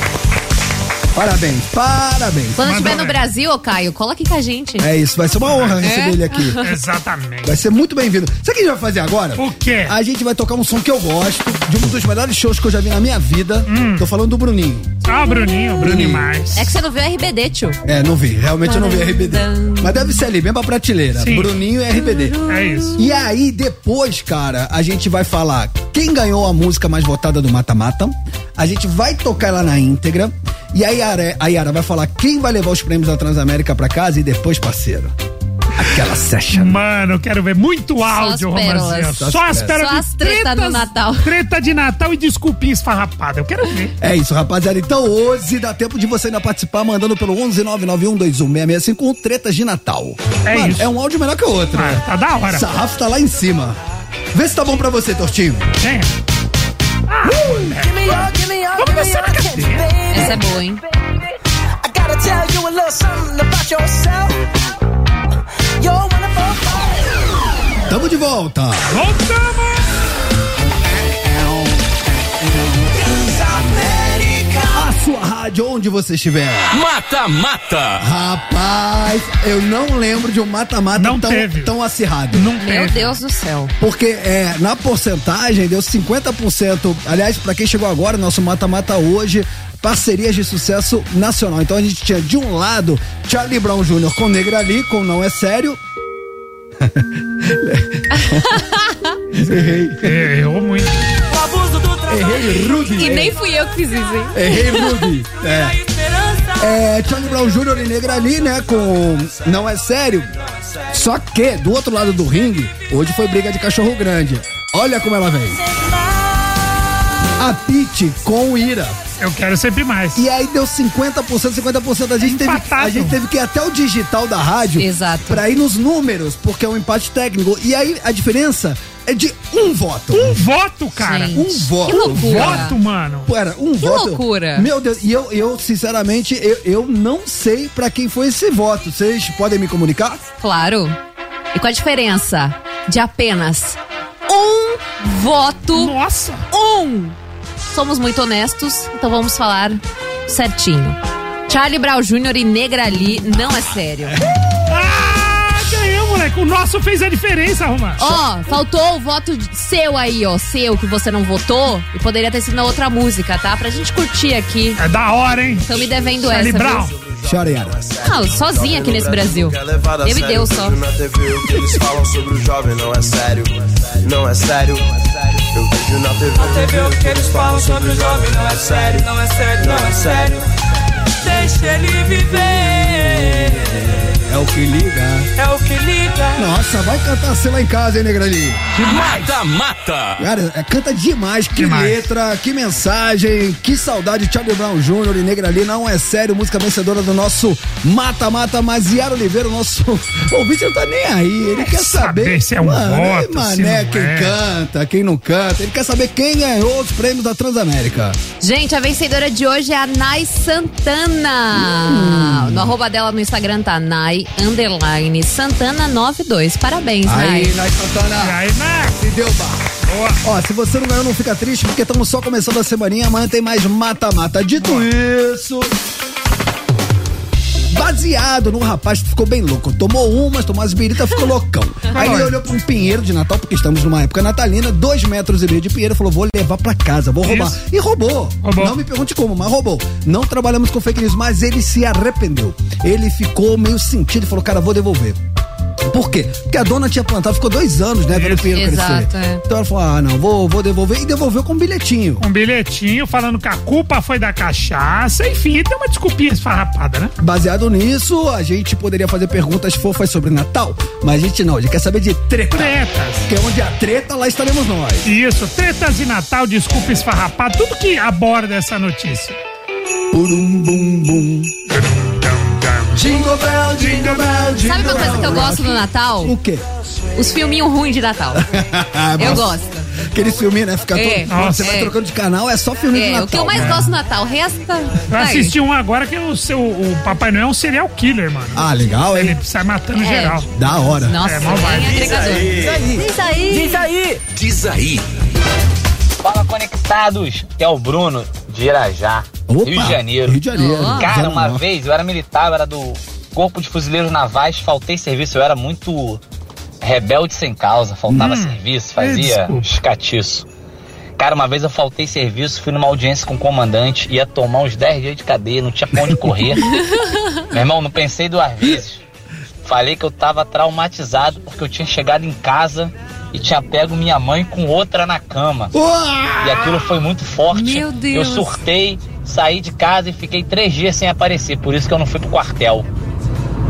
Speaker 1: Parabéns, parabéns.
Speaker 6: Quando estiver no Brasil, ô Caio, cola aqui com a gente.
Speaker 1: É isso, vai ser uma honra
Speaker 6: É?
Speaker 1: receber ele aqui.
Speaker 5: Exatamente.
Speaker 1: Vai ser muito bem-vindo. Sabe o que a gente vai fazer agora?
Speaker 5: O quê?
Speaker 1: A gente vai tocar um som que eu gosto, de um dos melhores shows que eu já vi na minha vida. Tô falando do Bruninho.
Speaker 5: Hum. Ah, Bruninho, Bruninho mais.
Speaker 6: É que você não viu o RBD, tio.
Speaker 1: É, não vi, realmente eu não vi RBD. Mas deve ser ali, mesma prateleira.
Speaker 5: Sim.
Speaker 1: Bruninho e RBD.
Speaker 5: É isso.
Speaker 1: E aí, depois, cara, a gente vai falar quem ganhou a música mais votada do Mata Mata. A gente vai tocar ela na íntegra. E a Yara, a Yara vai falar quem vai levar os prêmios da Transamérica pra casa e depois, parceiro. Aquela session.
Speaker 5: Mano, eu quero ver muito áudio,
Speaker 6: as pérolas.
Speaker 5: Romazinho.
Speaker 1: Só as
Speaker 5: Só
Speaker 1: pérolas.
Speaker 5: as pérolas.
Speaker 6: Só
Speaker 5: de
Speaker 6: as treta no
Speaker 5: tretas-
Speaker 6: Natal.
Speaker 5: Treta de Natal e desculpinha esfarrapada. Eu quero ver.
Speaker 1: É isso, rapaziada. Então hoje dá tempo de você ainda participar mandando pelo 11991216651 com tretas de Natal.
Speaker 5: É
Speaker 1: Mano,
Speaker 5: isso.
Speaker 1: É um áudio melhor que o outro. né?
Speaker 5: tá da hora.
Speaker 1: Sarrafo tá lá em cima. Vê se tá bom pra você, Tortinho. Uh!
Speaker 5: Vem. Ah,
Speaker 12: Vamos descer na cadeira.
Speaker 6: Essa é boa, hein?
Speaker 12: I gotta tell you a little something about yourself. You're wonderful.
Speaker 1: Tamo de volta. A sua rádio, onde você estiver.
Speaker 2: Mata, mata.
Speaker 1: Rapaz, eu não lembro de um mata-mata tão,
Speaker 5: teve.
Speaker 1: tão acirrado.
Speaker 6: Meu Deus do céu.
Speaker 1: Porque é, na porcentagem deu 50%. Aliás, pra quem chegou agora, nosso mata-mata hoje, parcerias de sucesso nacional. Então a gente tinha de um lado Charlie Brown Jr. com Negra Lee, com Não É Sério. Errei.
Speaker 5: É, Errou muito.
Speaker 1: Errei, Rudy.
Speaker 6: E nem fui eu que fiz isso, hein?
Speaker 1: Errei, Ruby. É. é, Charlie Brown Jr. e Negra ali, né? Com Não É Sério. Só que, do outro lado do ringue, hoje foi briga de cachorro grande. Olha como ela vem. A Pete com o Ira.
Speaker 5: Eu quero sempre mais.
Speaker 1: E aí deu 50%, 50%. A gente, teve, a gente teve que ir até o digital da rádio
Speaker 6: Exato.
Speaker 1: pra ir nos números, porque é um empate técnico. E aí a diferença é de um voto.
Speaker 5: Um voto, cara?
Speaker 1: Um voto.
Speaker 5: que loucura. Um voto, mano.
Speaker 1: Era, um
Speaker 5: Que
Speaker 1: voto.
Speaker 5: loucura.
Speaker 1: Meu Deus, e eu, eu sinceramente, eu, eu não sei pra quem foi esse voto. Vocês podem me comunicar?
Speaker 6: Claro. E com a diferença de apenas um voto.
Speaker 5: Nossa!
Speaker 6: Um! Somos muito honestos, então vamos falar certinho. Charlie Brown Jr. e Negra Lee não é sério.
Speaker 5: Ah, ganhou, moleque. O nosso fez a diferença, Romar.
Speaker 6: Ó, faltou o voto seu aí, ó. Seu que você não votou. E poderia ter sido na outra música, tá? Pra gente curtir aqui.
Speaker 5: É da hora, hein?
Speaker 6: Estão me devendo
Speaker 5: Charlie
Speaker 6: essa.
Speaker 5: Brown.
Speaker 6: viu?
Speaker 1: Choriara.
Speaker 6: Não, sozinha aqui nesse Brasil. Eu e Deus só.
Speaker 14: Na TV, o que eles falam sobre o jovem não é sério. Não é sério. Eu vejo na TV.
Speaker 7: Na TV o que eles falam sobre o jovem não é sério, não é sério, não é sério. Deixa ele viver,
Speaker 1: É o que liga.
Speaker 7: é o que liga.
Speaker 1: Nossa, vai cantar você lá em casa, hein, Negra Lee?
Speaker 2: Mata, mata.
Speaker 1: Cara, é, canta demais. Que letra, que mensagem, que saudade. Charlie Brown Jr. e Negra Lee não é sério. Música vencedora do nosso Mata Mata. Mas Yara Oliveira, o nosso ouvinte, não tá nem aí. Ele quer saber.
Speaker 5: se é um
Speaker 1: Mano,
Speaker 5: voto,
Speaker 1: nem
Speaker 5: se
Speaker 1: mané,
Speaker 5: não
Speaker 1: quem
Speaker 5: é.
Speaker 1: canta, quem não canta. Ele quer saber quem ganhou os prêmios da Transamérica.
Speaker 6: Gente, a vencedora de hoje é a Nay
Speaker 1: Hum.
Speaker 6: Santana. No arroba dela no Instagram tá Nay underline Santana 92. Parabéns, Nay.
Speaker 1: Aí, Nai Santana.
Speaker 5: Aí, Nai.
Speaker 1: Se deu bar. Ó, se você não ganhou, não fica triste, porque estamos só começando a semaninha. Amanhã tem mais mata-mata. Dito isso. Baseado num rapaz que ficou bem louco. Tomou umas, tomou as birita, ficou loucão. Aí ele olhou pra um pinheiro de Natal, porque estamos numa época natalina, dois metros e meio de pinheiro, falou: vou levar pra casa, vou roubar.
Speaker 5: Isso.
Speaker 1: E roubou. Não me pergunte como, mas roubou. Não trabalhamos com fake news, mas ele se arrependeu. Ele ficou meio sentido e falou: cara, vou devolver. Por quê? Porque a dona tinha plantado, ficou dois anos, né? Vendo o pinheiro
Speaker 5: Exato,
Speaker 1: crescer.
Speaker 5: é.
Speaker 1: Então ela falou: ah, não, vou, vou devolver. E devolveu com um bilhetinho.
Speaker 5: Um bilhetinho falando que a culpa foi da cachaça. Enfim, tem uma desculpinha esfarrapada, né?
Speaker 1: Baseado nisso, a gente poderia fazer perguntas fofas sobre Natal, mas a gente não, a gente quer saber de treta.
Speaker 5: Tretas.
Speaker 1: Porque onde há treta, lá estaremos nós.
Speaker 5: Isso, tretas de Natal, desculpa esfarrapada, tudo que aborda essa notícia.
Speaker 1: Purum bum bum. Jingle bell, jingle bell, jingle
Speaker 6: Sabe uma coisa que eu gosto no Natal?
Speaker 1: O quê?
Speaker 6: Os filminhos ruins de Natal. Eu gosto.
Speaker 1: Aqueles filminhos, né? Fica
Speaker 6: É.
Speaker 1: todo. Nossa, Você vai
Speaker 6: É.
Speaker 1: trocando de canal, é só filminho de
Speaker 6: É,
Speaker 1: Natal.
Speaker 6: o que eu mais
Speaker 1: É.
Speaker 6: gosto do Natal, o resto. tá
Speaker 5: Eu
Speaker 6: aí.
Speaker 5: assisti um agora que o seu o Papai Noel é um serial killer, mano.
Speaker 1: Ah, legal, hein?
Speaker 5: Ele sai matando
Speaker 6: É.
Speaker 5: geral.
Speaker 1: Da hora.
Speaker 5: Nossa, é, mó vibe.
Speaker 6: Diz aí. Diz
Speaker 12: aí.
Speaker 2: Diz aí.
Speaker 15: Fala conectados, que é o Bruno de Irajá, Rio de Janeiro.
Speaker 1: Rio de Janeiro. Ah.
Speaker 15: Cara,
Speaker 1: Zona
Speaker 15: uma
Speaker 1: Norte.
Speaker 15: vez eu era militar, eu era do Corpo de Fuzileiros Navais, faltei serviço, eu era muito rebelde sem causa, faltava
Speaker 16: Hum,
Speaker 15: serviço,
Speaker 16: é,
Speaker 15: fazia
Speaker 16: desculpa.
Speaker 15: escatiço. Cara, uma vez eu faltei serviço, fui numa audiência com o comandante, ia tomar uns 10 dias de cadeia, não tinha pra onde correr. Meu irmão, não pensei duas vezes. Falei que eu tava traumatizado porque eu tinha chegado em casa e tinha pego minha mãe com outra na cama.
Speaker 1: Uau!
Speaker 15: E aquilo foi muito forte.
Speaker 6: Meu
Speaker 15: Eu
Speaker 6: Deus.
Speaker 15: surtei, saí de casa e fiquei três dias sem aparecer, por isso que eu não fui pro quartel.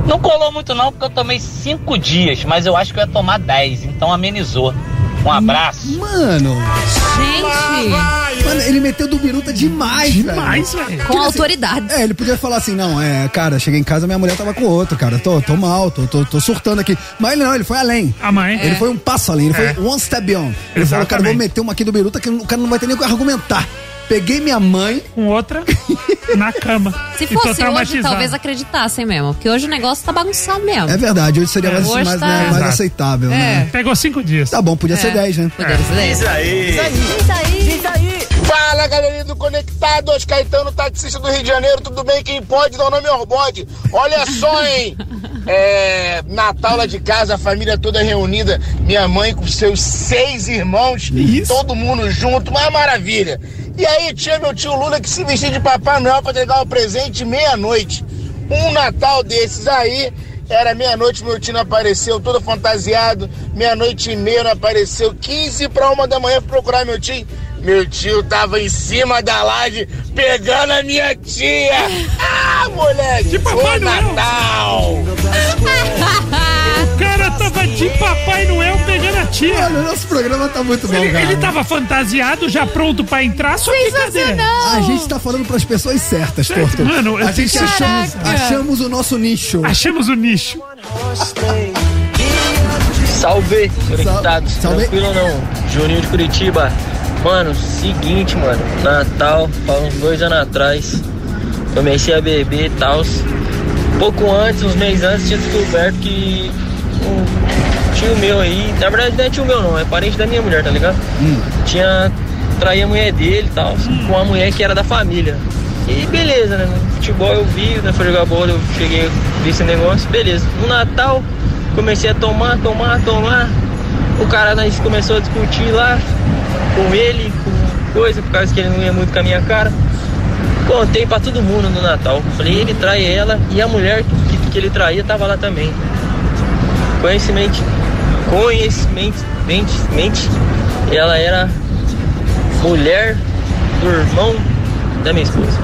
Speaker 15: Não colou muito não, porque eu tomei cinco dias, mas eu acho que eu ia tomar dez, então amenizou. Um abraço.
Speaker 1: Mano.
Speaker 6: Gente.
Speaker 1: Mano, ele meteu do biruta demais,
Speaker 5: Demais,
Speaker 1: velho.
Speaker 5: velho.
Speaker 6: Com autoridade.
Speaker 1: É, ele podia falar assim, não, é, cara, cheguei em casa, minha mulher tava com outro, cara, tô, tô mal, tô, tô, tô surtando aqui. Mas ele não, ele foi além.
Speaker 5: A mãe.
Speaker 1: Ele foi um passo além, ele
Speaker 5: É.
Speaker 1: foi one step beyond. Ele falou,
Speaker 5: Exatamente.
Speaker 1: cara, vou meter uma aqui do biruta que o cara não vai ter nem o que argumentar. Peguei minha mãe...
Speaker 5: Com outra na cama.
Speaker 6: Se fosse hoje, talvez acreditassem mesmo. Porque hoje o negócio tá bagunçado mesmo.
Speaker 1: É verdade, hoje seria
Speaker 6: É,
Speaker 1: mais,
Speaker 6: hoje
Speaker 1: mais,
Speaker 6: tá-
Speaker 1: né, mais
Speaker 6: Exato.
Speaker 1: aceitável,
Speaker 6: É.
Speaker 1: né?
Speaker 5: Pegou cinco dias.
Speaker 1: Tá bom, podia
Speaker 6: É.
Speaker 1: ser 10, né?
Speaker 6: Podia ser 10. Diz aí. Diz aí.
Speaker 12: Diz aí.
Speaker 17: Fala galerinha do Conectados, Caetano Taxista do Rio de Janeiro, tudo bem? Quem pode dar o nome ao bode? Olha só, hein? É, Natal lá de casa, a família toda reunida, minha mãe com seus seis irmãos, todo mundo junto, uma maravilha. E aí tinha meu tio Lula que se vestia de Papai Noel pra entregar o presente meia-noite. Um Natal desses aí, era meia-noite, meu tio não apareceu, todo fantasiado. Meia-noite e meia não apareceu. 15 para uma da manhã fui procurar meu tio. Meu tio tava em cima da laje pegando a minha tia. Ah, moleque! Que
Speaker 7: Papai
Speaker 17: Natal!
Speaker 5: O cara tava de Papai Noel pegando a tia. Olha,
Speaker 1: nosso programa tá muito bom,
Speaker 5: ele,
Speaker 1: cara.
Speaker 5: Ele tava fantasiado, já pronto pra entrar, só que cadê?
Speaker 1: A gente tá falando pras pessoas certas, Torto.
Speaker 5: Mano,
Speaker 1: a gente
Speaker 5: caraca.
Speaker 1: achamos, achamos o nosso nicho.
Speaker 5: Achamos o nicho.
Speaker 16: Salve, conectados. Tranquilo ou não? Juninho de Curitiba. Mano, seguinte, mano. Natal, há uns dois anos atrás, comecei a beber e tal. Pouco antes, uns meses antes, tinha descoberto que um tio meu aí, na verdade não é tio meu não, é parente da minha mulher, tá ligado? Tinha traído a mulher dele e tal, com a mulher que era da família. E beleza, né? No futebol eu vi, né? Foi jogar bola, eu cheguei, vi esse negócio, beleza. No Natal, comecei a tomar, tomar, tomar. O cara nós começou a discutir lá com ele, com coisa, por causa que ele não ia muito com a minha cara. Contei pra todo mundo no Natal. Falei, ele trai ela e a mulher que, que ele traía tava lá também. Conhecimento, conhecimento, mente, mente, ela era mulher do irmão da minha esposa.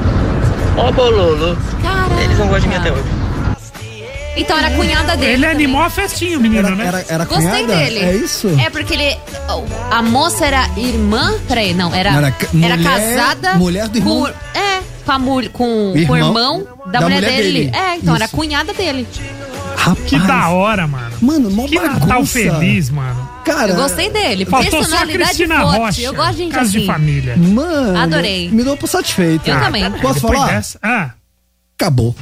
Speaker 16: Ó, bololo. Eles não gostam de mim até hoje.
Speaker 6: Então era a cunhada dele.
Speaker 5: Ele é animou a festinha, o menino, né?
Speaker 1: Era, era
Speaker 6: Gostei
Speaker 1: cunhada?
Speaker 6: dele.
Speaker 1: É isso?
Speaker 6: É porque ele. A moça era irmã. Peraí, não, era.
Speaker 1: Não,
Speaker 6: Era,
Speaker 1: era ca- mulher-
Speaker 6: casada.
Speaker 1: mulher do irmão.
Speaker 6: Com, é, com, a mulher, com,
Speaker 1: Irmão
Speaker 6: com o irmão da, mulher, dele. É, então era
Speaker 1: Isso.
Speaker 6: cunhada dele.
Speaker 5: Que da hora, mano.
Speaker 1: Mano, mó
Speaker 5: Que Natal
Speaker 1: bagunça.
Speaker 5: Tá feliz, mano.
Speaker 1: Cara,
Speaker 6: eu gostei dele.
Speaker 5: Faltou só a
Speaker 6: Personalidade
Speaker 5: Cristina
Speaker 6: forte.
Speaker 5: Rocha.
Speaker 6: Eu gosto de gente
Speaker 5: Casa
Speaker 6: assim.
Speaker 5: de família.
Speaker 1: Mano,
Speaker 6: Adorei.
Speaker 1: me dou por satisfeito.
Speaker 6: Eu também.
Speaker 1: Posso
Speaker 6: Depois
Speaker 1: falar?
Speaker 6: dessa-
Speaker 5: Ah.
Speaker 1: Acabou.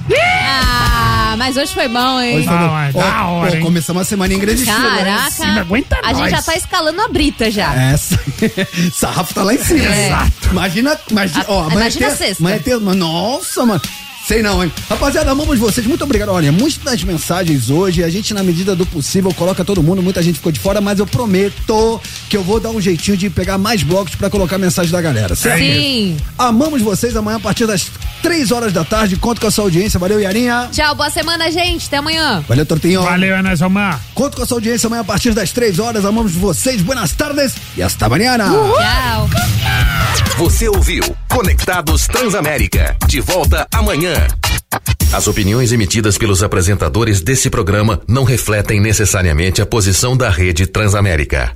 Speaker 6: Ah, mas hoje foi bom, hein?
Speaker 1: Hoje foi
Speaker 5: Ah,
Speaker 1: bom.
Speaker 5: é
Speaker 1: Ó, ó, um começamos a semana ingrediente.
Speaker 6: Caraca, a gente já tá escalando a brita já.
Speaker 1: Essa. Sarrafo tá lá em cima.
Speaker 6: É.
Speaker 1: Exato. Imagina. Imagina, ó, amanhã
Speaker 6: imagina
Speaker 1: tem-
Speaker 6: a sexta.
Speaker 1: Amanhã tem, mas nossa, mano. Sei não, hein? Rapaziada, amamos vocês. Muito obrigado. Olha, muitas mensagens hoje. A gente, na medida do possível, coloca todo mundo. Muita gente ficou de fora, mas eu prometo que eu vou dar um jeitinho de pegar mais blocos pra colocar a mensagem da galera, certo?
Speaker 6: Sim.
Speaker 1: Amamos vocês amanhã a partir das 3 horas da tarde. Conto com a sua audiência. Valeu, Iarinha.
Speaker 6: Tchau, boa semana, gente. Até amanhã.
Speaker 1: Valeu, Tortinho. Valeu,
Speaker 5: Ana Zomar.
Speaker 1: Conto com a sua audiência amanhã a partir das 3 horas. Amamos vocês. Buenas tardes e hasta mañana.
Speaker 6: Tchau.
Speaker 3: Você ouviu Conectados Transamérica. De volta amanhã. As opiniões emitidas pelos apresentadores desse programa não refletem necessariamente a posição da Rede Transamérica.